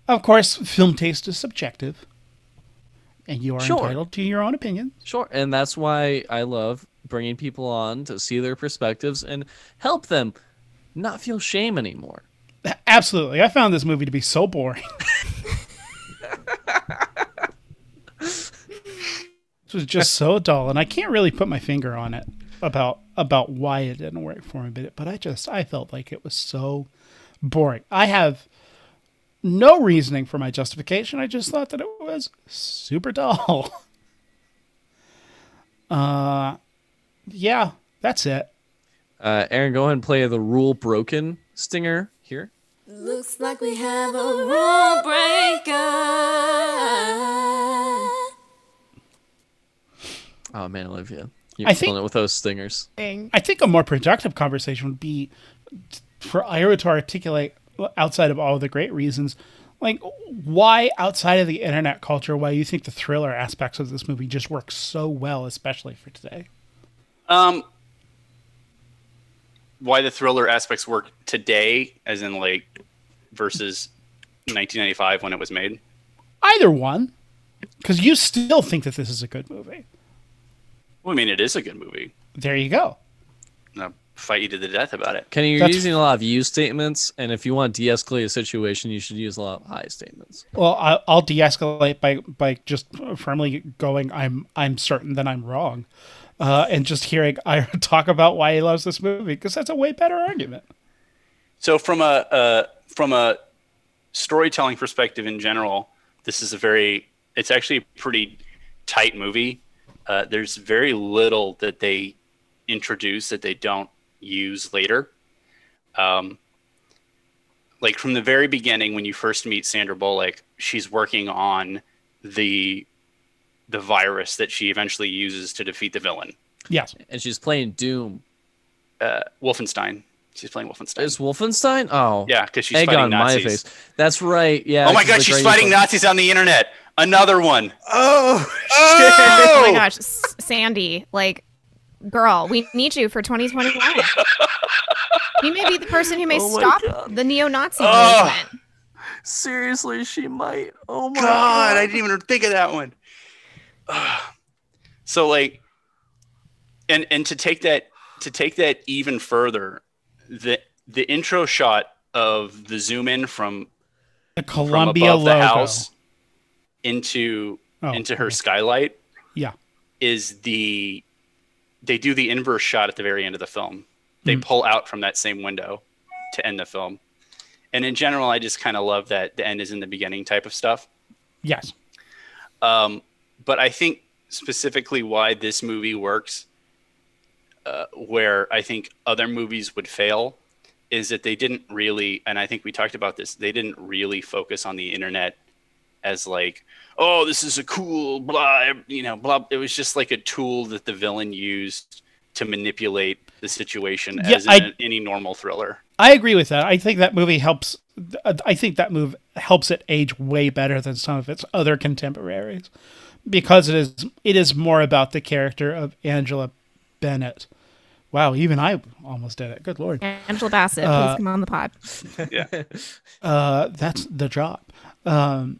Of course, film taste is subjective, and you are Sure. entitled to your own opinion. Sure. And that's why I love bringing people on to see their perspectives and help them not feel shame anymore. Absolutely, I found this movie to be so boring. this was just so dull, and I can't really put my finger on it about about why it didn't work for me. But but I just I felt like it was so boring. I have no reasoning for my justification. I just thought that it was super dull. uh, yeah, that's it. Uh, Aaron, go ahead and play the rule broken stinger here. Looks like we have a rule breaker. Oh man, Olivia, you're I killing think- it with those stingers. I think a more productive conversation would be for Ira to articulate outside of all the great reasons, like why outside of the internet culture, why you think the thriller aspects of this movie just work so well, especially for today. Um, why the thriller aspects work today, as in like versus 1995 when it was made. Either one, because you still think that this is a good movie. Well, I mean, it is a good movie. There you go. And I'll fight you to the death about it. Kenny, you're That's- using a lot of you statements, and if you want to de-escalate a situation, you should use a lot of I statements. Well, I, I'll de-escalate by by just firmly going. I'm I'm certain that I'm wrong, uh, and just hearing Ira talk about why he loves this movie because that's a way better argument. So from a uh, from a storytelling perspective in general, this is a very it's actually a pretty tight movie. Uh, there's very little that they introduce that they don't use later. Um, like from the very beginning, when you first meet Sandra Bullock, she's working on the the virus that she eventually uses to defeat the villain, Yes. And she's playing Doom. uh, Wolfenstein. She's playing Wolfenstein. Is Wolfenstein? Oh, yeah, because she's Egg fighting on Nazis. my face. That's right. Yeah. oh my she's god, like she's right fighting in front- Nazis on the internet. Another one. Oh my gosh, S- Sandy, like, girl, we need you for 2021. you may be the person who may Oh my stop God. the neo-Nazi Oh. movement. Seriously, she might. Oh my God, I didn't even think of that one. so like and and to take that to take that even further, the the intro shot of the zoom in from The from Columbia above logo. the house into Oh, into her okay. skylight Yeah. is the they do the inverse shot at the very end of the film. They pull out from that same window to end the film. And in general, I just kind of love that the end is in the beginning type of stuff. Yes. Um, but I think specifically why this movie works, uh, where I think other movies would fail, is that they didn't really, and I think we talked about this, they didn't really focus on the internet as like, oh, this is a cool blah, you know, blah. It was just like a tool that the villain used to manipulate the situation Yeah, as in I- any normal thriller. I agree with that. I think that movie helps. I think that move helps it age way better than some of its other contemporaries, because it is it is more about the character of Angela Bennett. Wow, even I almost did it. Good lord, Angela Bassett, please come on the pod. uh, that's the job. Um,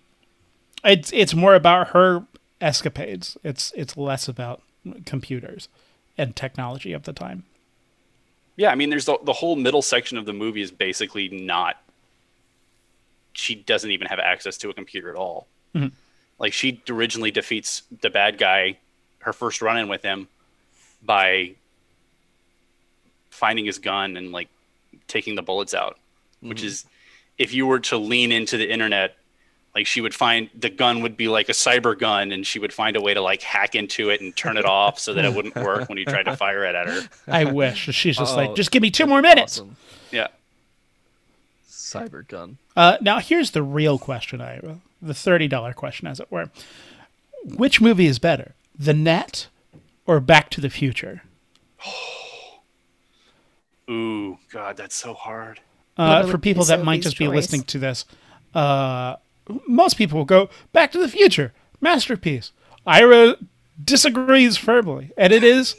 it's it's more about her escapades. It's it's less about computers and technology of the time. Yeah, I mean, there's the, the whole middle section of the movie is basically not. She doesn't even have access to a computer at all. Like she originally defeats the bad guy, her first run-in with him, by finding his gun and like taking the bullets out, which is, if you were to lean into the internet, like she would find the gun would be like a cyber gun, and she would find a way to like hack into it and turn it off so that it wouldn't work when you tried to fire it at her. I wish she's just Oh, like, just give me two more minutes. Awesome. Yeah. Cyber gun. Uh, now, here's the real question, Ira. The $30 question, as it were. Which movie is better, The Net or Back to the Future? Ooh, God, that's so hard. Uh, Well, for people it's Uh, that might Sophie's just be choice. listening to this, uh, most people will go Back to the Future, masterpiece. Ira disagrees firmly, and it is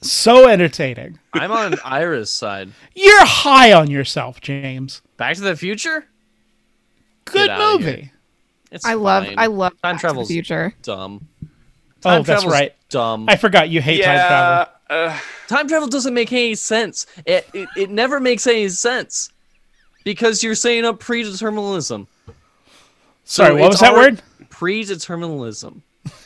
so entertaining. I'm on Ira's side. You're high on yourself, James. Back to the Future? Good outta here. movie. It's I love fine. I love Back to the travel's- future. dumb. Oh, Time that's travel's right. Dumb. I forgot you hate time travel. yeah. uh, Time travel doesn't make any sense. It, it it never makes any sense because you're saying up predeterminism. So Sorry, what it's was that already- word? Predeterminism.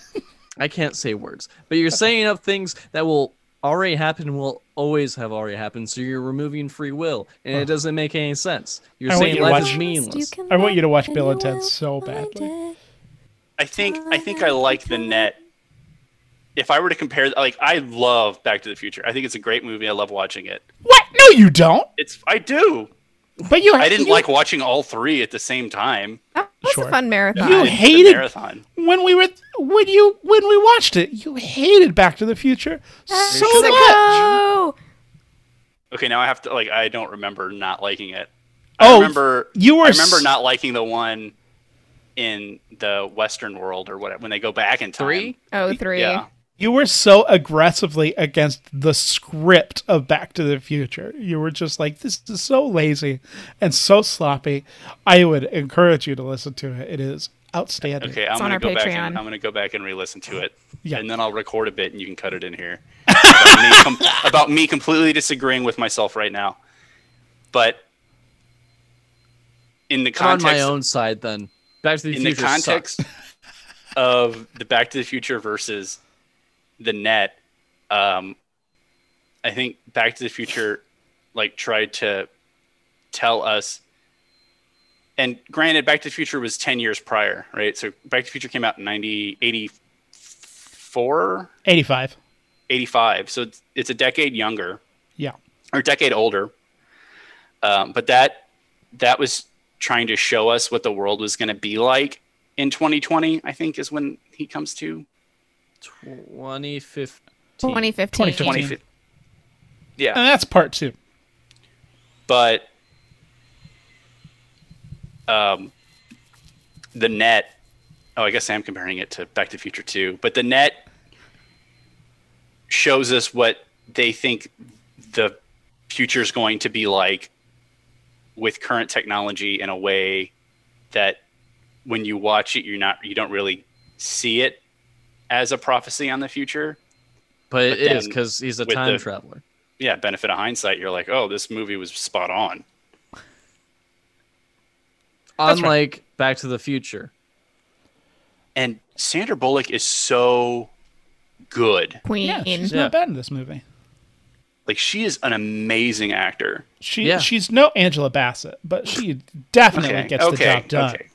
I can't say words, but you're saying up things that will already happen and will always have already happened. So you're removing free will, and it doesn't make any sense. You're I want saying you to life watch- is meaningless. I want you to watch Bill and Ted so badly. I think I think I like the net. If I were to compare, like I love Back to the Future. I think it's a great movie. I love watching it. What? No, you don't. It's I do. But you. I didn't you- like watching all three at the same time. That was Sure. a fun marathon. You It's a hated- marathon. when we were when you when we watched it. You hated Back to the Future so It's like, much. oh, Okay, now I have to like I don't remember not liking it. I Oh, remember you were I remember s- not liking the one in the Western world or whatever when they go back in time. Three? oh three. Yeah. You were so aggressively against the script of Back to the Future. You were just like, this is so lazy and so sloppy. I would encourage you to listen to it. It is outstanding. Okay, I'm on gonna our go back. Patreon. And, I'm gonna go back and re-listen to it, Yeah. and then I'll record a bit, and you can cut it in here about, me com- about me completely disagreeing with myself right now. But in the I'm on context, my own side, then Back to the in the Future context sucks. of the Back to the Future versus the Net, um, I think Back to the Future like tried to tell us. And granted, Back to the Future was ten years prior, right? So Back to the Future came out in 90, 84, 85. 85. So it's, it's a decade younger Yeah. or a decade older. Um, but that that was trying to show us what the world was going to be like in 2020. I think is when he comes to 2015. 2015. 2015. 20. Yeah, And that's part two. but um, the net. Oh, I guess I am comparing it to Back to the Future too. But the net shows us what they think the future is going to be like with current technology in a way that when you watch it you're not you don't really see it as a prophecy on the future But it But is then because he's a with time the- traveler. yeah benefit of hindsight you're like oh this movie was spot on Unlike Back to the Future. and Sandra Bullock is so good. Queen. Yeah, she's Yeah. not bad in this movie. Like she is an amazing actor. She Yeah. she's no Angela Bassett, but she definitely Okay, gets the okay, job done. okay.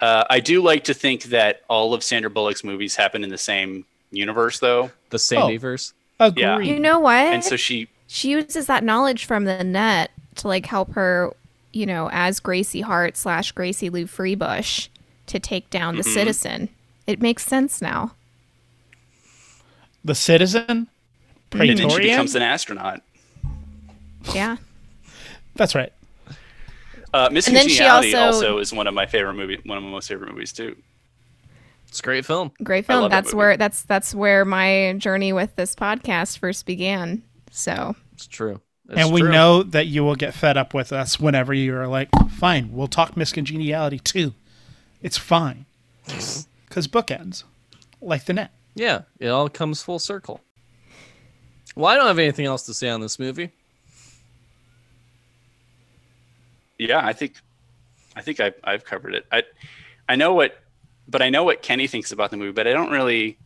Uh, I do like to think that all of Sandra Bullock's movies happen in the same universe, though, Oh. The Sandyverse. Yeah. Agreed. You know what? and so she she uses that knowledge from the net to like help her, you know, as Gracie Hart slash Gracie Lou Freebush to take down Mm-hmm. the citizen. It makes sense now. The citizen, and then she Praetorian? becomes an astronaut. Yeah. That's right. Uh, Miss And then she Congeniality also, also- is one of my favorite movie, one of my most favorite movies too. It's a great film. Great I film. love that That's movie. where that's that's where my journey with this podcast first began. So It's true. It's and we true. know that you will get fed up with us whenever you're like, fine, we'll talk miscongeniality too. It's fine. Because bookends, like the net. Yeah, it all comes full circle. Well, I don't have anything else to say on this movie. Yeah, I think, I think I've, I've covered it. I, I know what, but I know what Kenny thinks about the movie, but I don't really,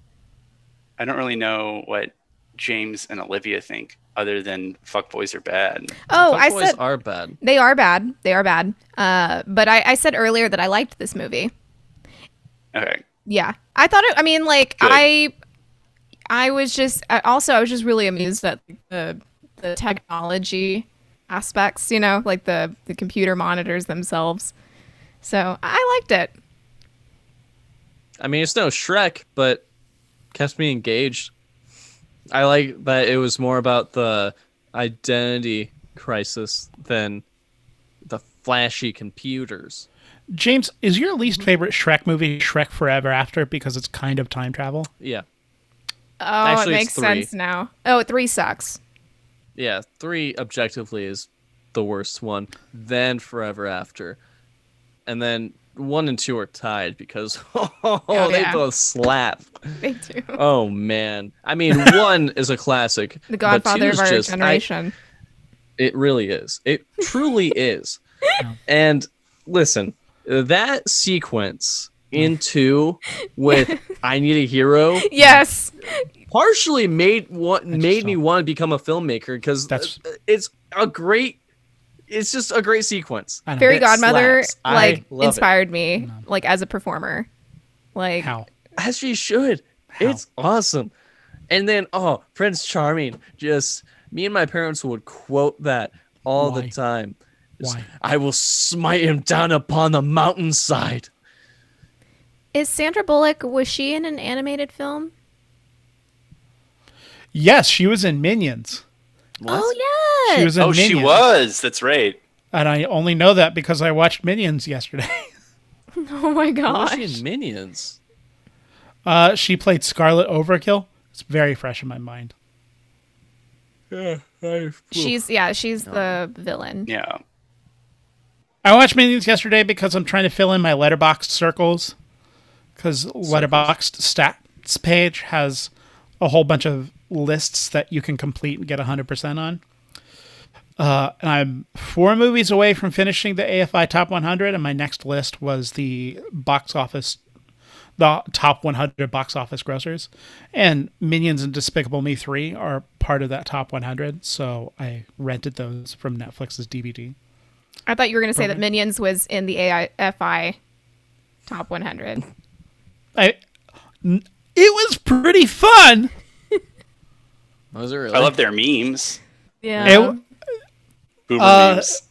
I don't really know what James and Olivia think, other than fuck boys are bad. Oh, I Fuckboys said are bad. they are bad. They are bad. Uh, but I, I said earlier that I liked this movie. Okay, Yeah. I thought it I mean like Good. I I was just I- also I was just really amused at the the technology aspects, you know, like the the computer monitors themselves. So I liked it. I mean, it's no Shrek, but kept me engaged. I like that it was more about the identity crisis than the flashy computers. James, is your least favorite Shrek movie Shrek Forever After because it's kind of time travel? Yeah. Oh, Actually, it it's makes three. sense now. Oh, three sucks. Yeah. Three objectively is the worst one. Then Forever After. And then one and two are tied because oh, they yeah. both slap. They do. Oh man. I mean one is a classic. The but Godfather two's of our just- I- generation. It really is. It truly is. And listen, that sequence in two with I Need a Hero yes. partially made what made me saw- want to become a filmmaker because That's- it's a great it's just a great sequence. I don't Fairy It Godmother slaps. I like love it. inspired me like as a performer. Like How? As she should. It's awesome. And then oh, Prince Charming just me and my parents would quote that all Why? the time. Just, Why? I will smite him down upon the mountainside. Is Sandra Bullock was she in an animated film? Yes, she was in Minions. Oh She yeah. was in Oh, Minions. she was. That's right. And I only know that because I watched Minions yesterday. oh my Was gosh. she in Minions? Uh, she played Scarlet Overkill. It's very fresh in my mind. she's yeah, she's the villain. Yeah. I watched Minions yesterday because I'm trying to fill in my letterboxed circles. Because letterboxed stats page has a whole bunch of lists that you can complete and get 100% on. Uh, and I'm four movies away from finishing the AFI Top 100, and my next list was the box office, the top 100 box office grossers. And Minions and Despicable Me 3 are part of that top 100, so I rented those from Netflix's DVD. I thought you were gonna Mm-hmm. say that Minions was in the AIFI top one hundred. I, n- it was pretty fun. Was it really? I love their memes. yeah. It, Boomer uh, memes.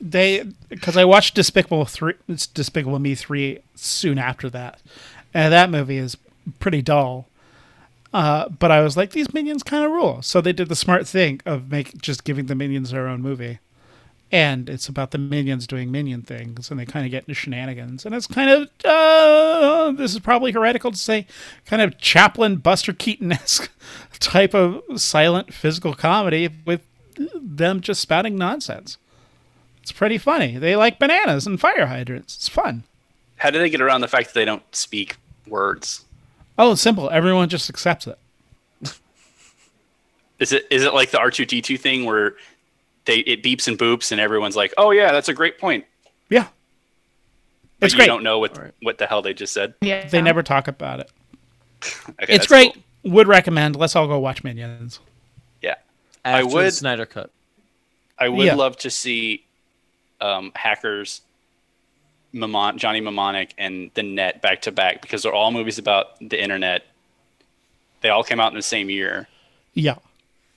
they because I watched Despicable Three, it's Despicable Me Three soon after that, and that movie is pretty dull. Uh, but I was like, these minions kind of rule, so they did the smart thing of make just giving the minions their own movie, and it's about the minions doing minion things, and they kind of get into shenanigans, and it's kind of uh, this is probably heretical to say, kind of Chaplin Buster Keaton esque type of silent physical comedy with them just spouting nonsense. It's pretty funny. They like bananas and fire hydrants. It's fun. How do they get around the fact that they don't speak words? Oh, it's simple. Everyone just accepts it. Is it is it like the R two D two thing where they it beeps and boops and everyone's like, oh yeah, that's a great point. Yeah. But It's you great. don't know what All right. what the hell they just said. Yeah. They never talk about it. Okay, it's that's great. cool. Would recommend. Let's all go watch Minions. Yeah, After the would- Snyder Cut. I would Yeah. love to see um, hackers, Mamon, Johnny Mnemonic, and the Net back to back because they're all movies about the internet. They all came out in the same year. Yeah.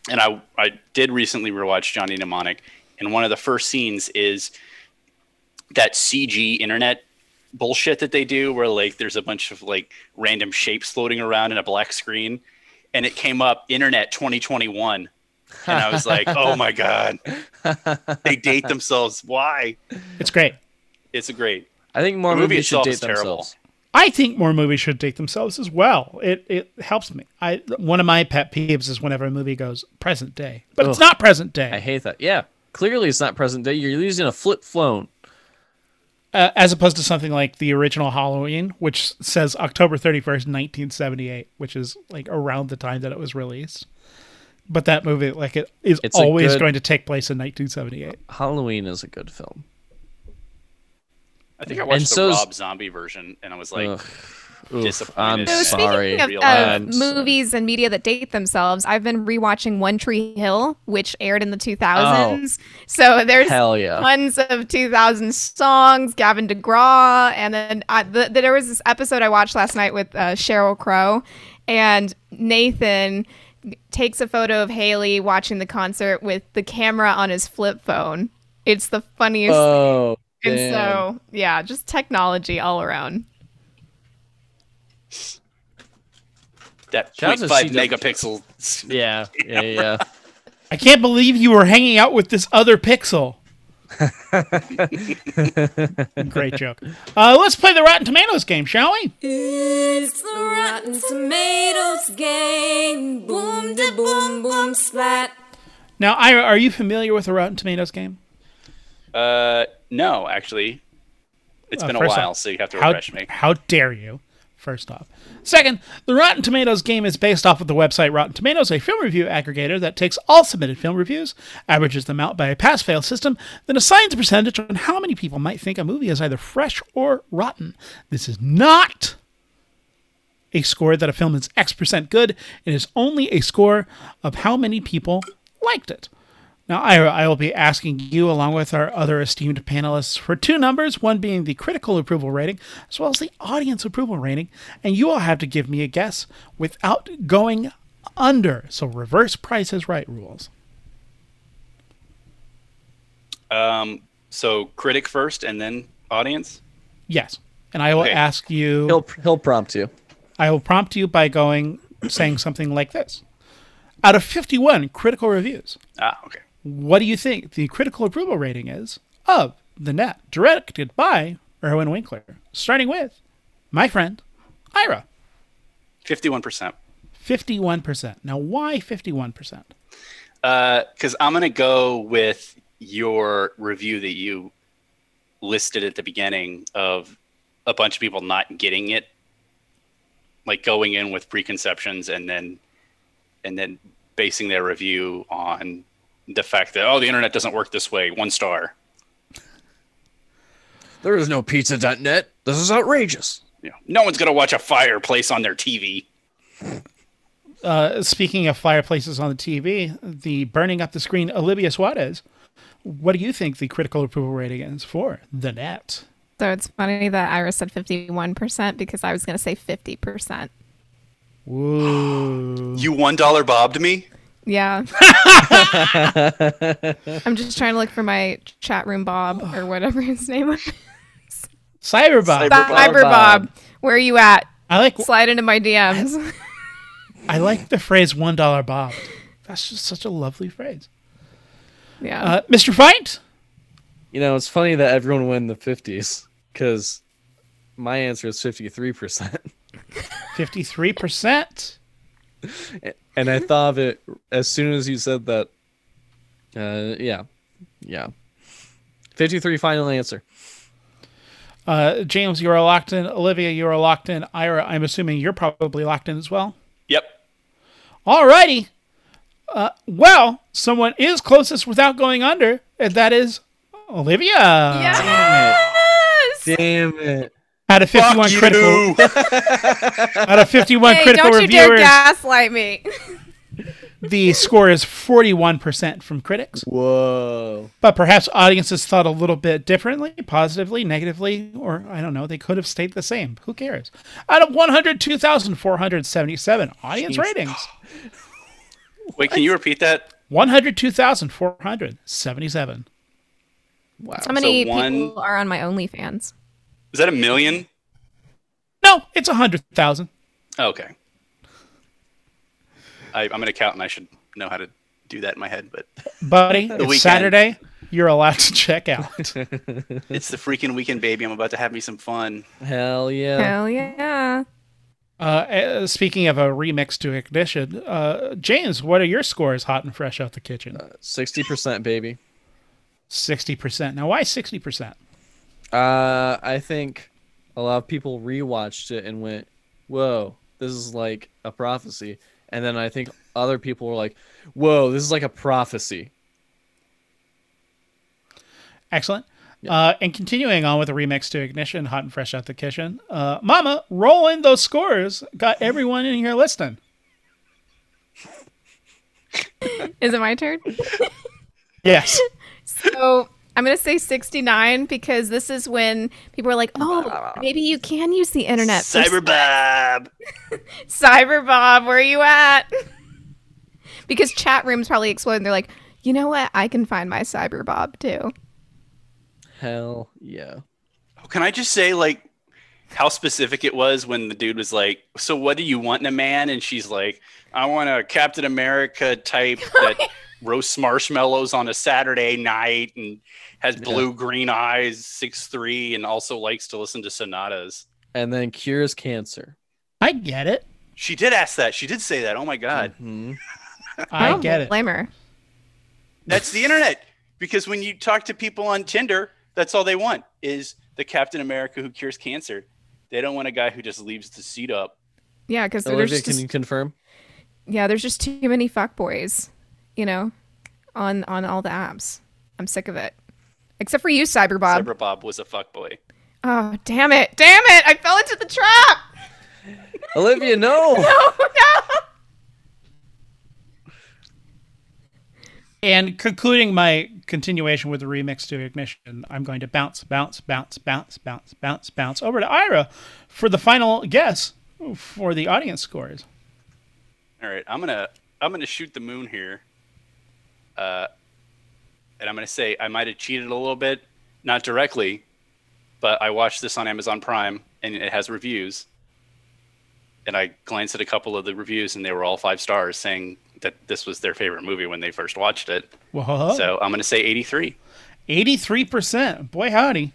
and I I did recently rewatch Johnny Mnemonic, and one of the first scenes is that CG internet bullshit that they do, where like there's a bunch of like random shapes floating around in a black screen, and it came up Internet 2021, and I was like, oh my god, they date themselves. Why? It's great. It's a great. I think more The movie movies should itself date is terrible. themselves. I think more movies should date themselves as well. It it helps me. I one of my pet peeves is whenever a movie goes present day, but it's Ugh. not present day. I hate that. Yeah. Clearly it's not present day. You're using a flip phone. uh, as opposed to something like the original Halloween, which says October 31st, 1978, which is like around the time that it was released. But that movie, like, it is It's a always good- going to take place in 1978. Halloween is a good film. I think I watched And the so's- Rob Zombie version, and I was like, Ugh. disappointed. So I'm sorry. speaking of, of I'm sorry. movies and media that date themselves, I've been rewatching One Tree Hill, which aired in the 2000s. so there's Oh, Hell yeah. tons of 2000 songs, Gavin DeGraw, and then I, the, there was this episode I watched last night with uh, Cheryl Crow, and Nathan takes a photo of Haley watching the concert with the camera on his flip phone. It's the funniest. Oh. and damn. so, yeah, just technology all around. that Shout out to 0.5 CW. megapixel. Yeah, yeah, yeah. I can't believe you were hanging out with this other pixel. Great joke. Uh, let's play the Rotten Tomatoes game, shall we? It's the Rotten Tomatoes game. Boom, da boom, boom, splat. Now, Ira, are you familiar with the Rotten Tomatoes game? Uh, no, actually, it's Uh, been a first while, off, so you have to How, refresh me. how dare you? First off. Second, the Rotten Tomatoes game is based off of the website Rotten Tomatoes, a film review aggregator that takes all submitted film reviews, averages them out by a pass fail system, then assigns a percentage on how many people might think a movie is either fresh or rotten. This is not a score that a film is X percent good. It is only a score of how many people liked it. Now, I, I will be asking you, along with our other esteemed panelists, for two numbers one being the critical approval rating, as well as the audience approval rating, and you all have to give me a guess without going under. So, reverse price is right rules. So critic first, and then audience. Yes. And I will Okay. ask you. He'll he'll prompt you. I will prompt you by going saying something like this. Out of 51 critical reviews, Ah, okay. what do you think the critical approval rating is of The Net, directed by Erwin Winkler, starting with my friend Ira, Fifty-one percent. 51%. Now, why 51%? Because Uh, I'm gonna go with your review that you listed at the beginning of a bunch of people not getting it, like going in with preconceptions, and then and then basing their review on the fact that oh, the internet doesn't work this way. One star. There is no pizza.net. This is outrageous. You know, no one's gonna watch a fireplace on their TV. Uh, speaking of fireplaces on the TV, the burning up the screen Olivia Suarez, what do you think the critical approval rating is for The Net? So it's funny that Iris said 51% because I was going to say 50%. Ooh. You one dollar bobbed me. Yeah. I'm just trying to look for my chat room Bob or whatever his name was. Cyberbot. Cyber- Cyber Bob. Bob. Where are you at? I like Slide into my DMs. I like the phrase one dollar bob. That's just such a lovely phrase. Yeah. Uh, Mr. Fight, You know, it's funny that everyone went in the 50s because my answer is 53%. fifty three percent. And Mm-hmm. I thought of it as soon as you said that. Uh, yeah. Yeah. 53 final answer. Uh, James, you are locked in. Olivia, you are locked in. Ira, I'm assuming you're probably locked in as well. Yep. Alrighty. Uh, well, someone is closest without going under, and that is Olivia. Damn it. Out of fifty one Fuck critical, you. out of fifty one Hey, critical don't you dare reviewers, gaslight me. the score is forty one percent from critics. Whoa. But perhaps audiences thought a little bit differently, positively, negatively, or I don't know, they could have stayed the same. Who cares? Out of 102,477 audience ratings, Wait, can you repeat that? 102,477. Wow. How many so one- people are on my OnlyFans? Is that a million? No, it's 100,000. Oh, okay. I, I'm an accountant. I should know how to do that in my head, but Buddy, it's weekend. Saturday. You're allowed to check out. it's the freaking weekend, baby. I'm about to have me some fun. Hell yeah. Hell yeah. uh, uh, speaking of a remix to Ignition, uh, James, what are your scores hot and fresh out the kitchen? 60%, baby. 60%. Now, why 60%? Uh, I think a lot of people rewatched it and went, "Whoa, this is like a prophecy." And then I think other people were like, "Whoa, this is like a prophecy." Excellent. Uh, and continuing on with the remix to Ignition, Hot and Fresh Out the Kitchen. Uh, Mama, roll in those scores. Got everyone in here listening. Is it my turn? Yes. So I'm gonna say 69 because this is when people are like, "Oh, maybe you can use the internet." for Cyber Bob. Cyber Bob, where are you at? because chat rooms probably explode. And they're like, you know what? I can find my Cyber Bob too. Hell yeah. Oh, Can I just say, like, how specific it was when the dude was like, "So what do you want in a man?" And she's like, "I want a Captain America type that roasts marshmallows on a Saturday night and has blue green eyes, six three, and also likes to listen to sonatas. and then cures cancer. I get it. She did ask that. She did say that. Oh my god. Mhm. I Oh, don't get it. Blame her. That's the internet. Because when you talk to people on Tinder, that's all they want is the Captain America who cures cancer. They don't want a guy who just leaves the seat up. Yeah, because there's Olivia, just can you confirm? yeah, there's just too many fuckboys, you know, on on all the apps. I'm sick of it. Except for you, Um, Cyberbob. Cyber Bob was a fuckboy. oh, damn it. Damn it. I fell into the trap. Olivia, no. Oh, no. And concluding my continuation with the remix to Ignition, I'm going to bounce, bounce, bounce, bounce, bounce, bounce, bounce over to Ira for the final guess for the audience scores. All right, I'm gonna I'm gonna shoot the moon here. Uh, and I'm gonna say I might have cheated a little bit, not directly, but I watched this on Amazon Prime and it has reviews. And I glanced at a couple of the reviews and they were all five stars, saying that this was their favorite movie when they first watched it. Whoa. So I'm gonna say 83. 83%. Boy, howdy.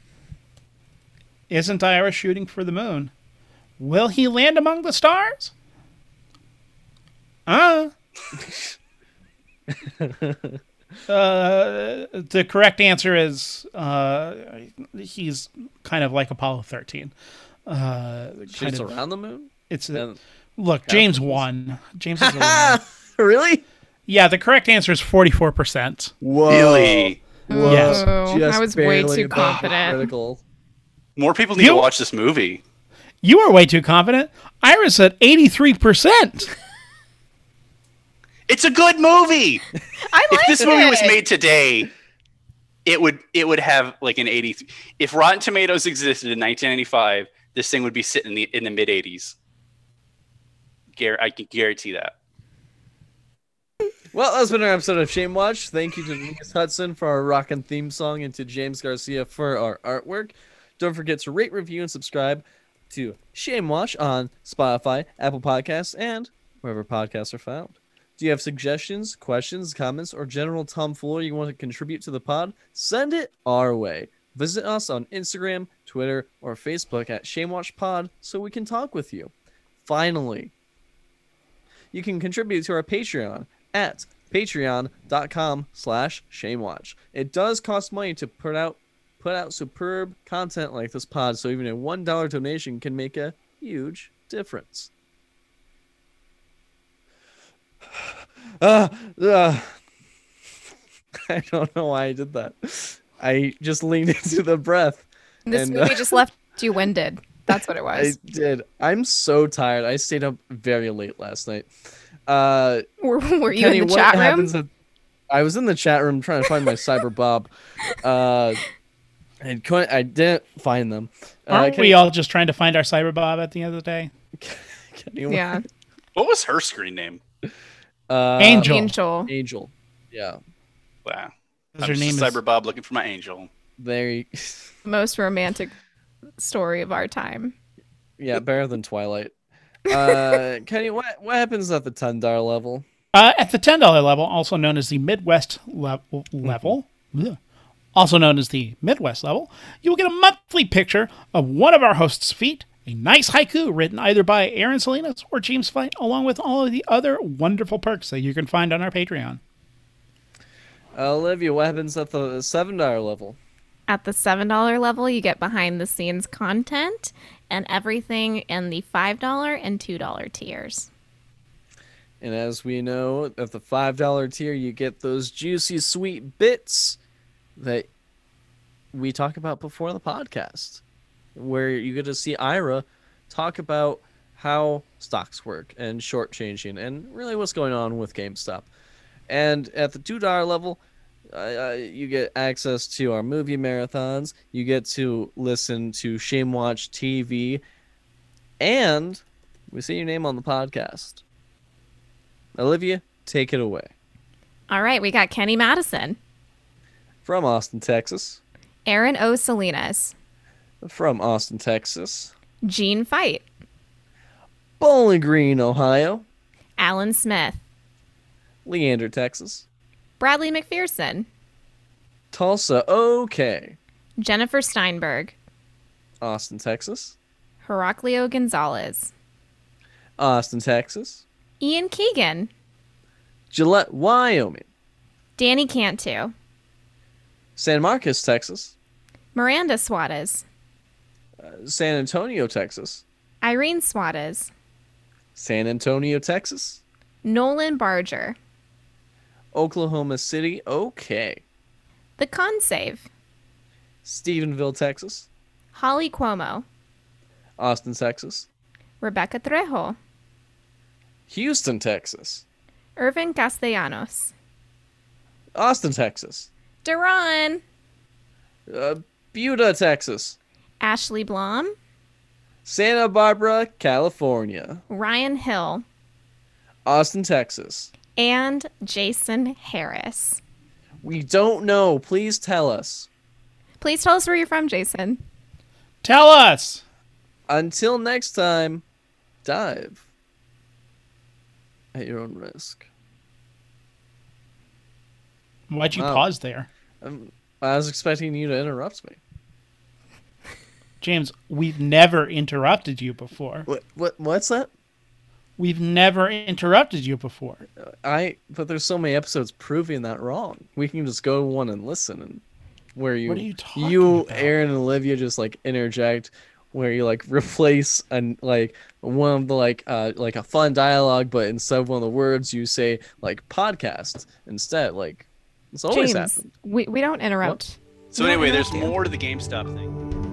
Isn't Ira shooting for the moon? Will he land among the stars? Uh. uh, the correct answer is uh, he's kind of like Apollo 13. Uh, kind She's of, around the moon. it's a- And- look, James won. James is the winner. Ah, really? Yeah, the correct answer is 44%. Whoa. Really? Yes. Oh, I was way too confident. Critical. More people need You- to watch this movie. You are way too confident. Iris at 83%. It's a good movie. I if like this movie was it. made today, it would it would have like an 80. If Rotten Tomatoes existed in 1995, this thing would be sitting in the in the mid 80s. Gar- I can guarantee that. Well, that's been our episode of Shame Watch. Thank you to Lucas Hudson for our rockin' theme song and to James Garcia for our artwork. Don't forget to rate, review, and subscribe to Shame Watch on Spotify, Apple Podcasts, and wherever podcasts are found. Do you have suggestions, questions, comments, or general tomfoolery you want to contribute to the pod? Send it our way. Visit us on Instagram, Twitter, or Facebook at Shame Watch Pod so we can talk with you. Finally, you can contribute to our patreon at patreon.com slash shamewatch it does cost money to put out put out superb content like this pod so even a one dollar donation can make a huge difference uh, uh, i don't know why i did that i just leaned into the breath This and, uh, movie just left you winded. That's what it i was. did i'm so tired i stayed up very late last night uh were, were you Kenny, in the what chat room? happens at- I was in the chat room trying to find my cyber Bob. Uh, and couldn't, I didn't find them. Uh, Aren't Kenny- we all just trying to find our cyber Bob at the end of the day? Kenny, Yeah. What was her screen name? uh, Angel. Angel. Angel. Yeah. Wow. Because I'm her name is just a Cyber Bob looking for my angel. There. you- Most romantic story of our time. Yeah. Better than Twilight. Uh, Kenny, what what happens at the ten dollar level? uh, at the ten dollar level, also known as the Midwest level, level Mm-hmm. bleh, also known as the Midwest level. You will get a monthly picture of one of our hosts' feet, a nice haiku written either by Aaron Salinas or James Flight, along with all of the other wonderful perks that you can find on our Patreon. Uh, Olivia, what happens at the seven dollar level? At the $7 level, you get behind the scenes content and everything in the $5 and $2 tiers. And as we know, at the five dollar tier, you get those juicy, sweet bits that we talk about before the podcast, where you get to see Ira talk about how stocks work and shortchanging, and really what's going on with GameStop. And at the two dollar level, uh, uh, you get access to our movie marathons. You get to listen to Shame Watch TV, and we see your name on the podcast. Olivia, take it away. All right, we got Kenny Madison, From Austin, Texas. Aaron O. Salinas, From Austin, Texas. Gene Fight, Bowling Green, Ohio. Alan Smith, Leander, Texas. Bradley McPherson, Tulsa, okay. Jennifer Steinberg, Austin, Texas. Heraclio Gonzalez, Austin, Texas. Ian Keegan, Gillette, Wyoming. Danny Cantu, San Marcos, Texas. Miranda Suarez, San Antonio, Texas. Irene Suarez, San Antonio, Texas. Nolan Barger, Oklahoma City, okay. The Consave, Stephenville, Texas. Holly Cuomo, Austin, Texas. Rebecca Trejo, Houston, Texas. Irvin Castellanos, Austin, Texas. Duran, Uh, Buda, Texas. Ashley Blom, Santa Barbara, California. Ryan Hill, Austin, Texas. and Jason Harris. We don't know. Please tell us. Please tell us where you're from, Jason. Tell us. Until next time, dive at your own risk. Why'd you Wow. pause there? I was expecting you to interrupt me. James, we've never interrupted you before. What? What? What's that? We've never interrupted you before. I. But there's so many episodes proving that wrong. We can just go one and listen, and where you What are you talking about? Aaron and Olivia just like interject, where you like replace and like one of the like uh like a fun dialogue, but instead of one of the words you say like podcast instead. Like it's always James, happened. we, we don't interrupt. So anyway, there's more to the GameStop thing.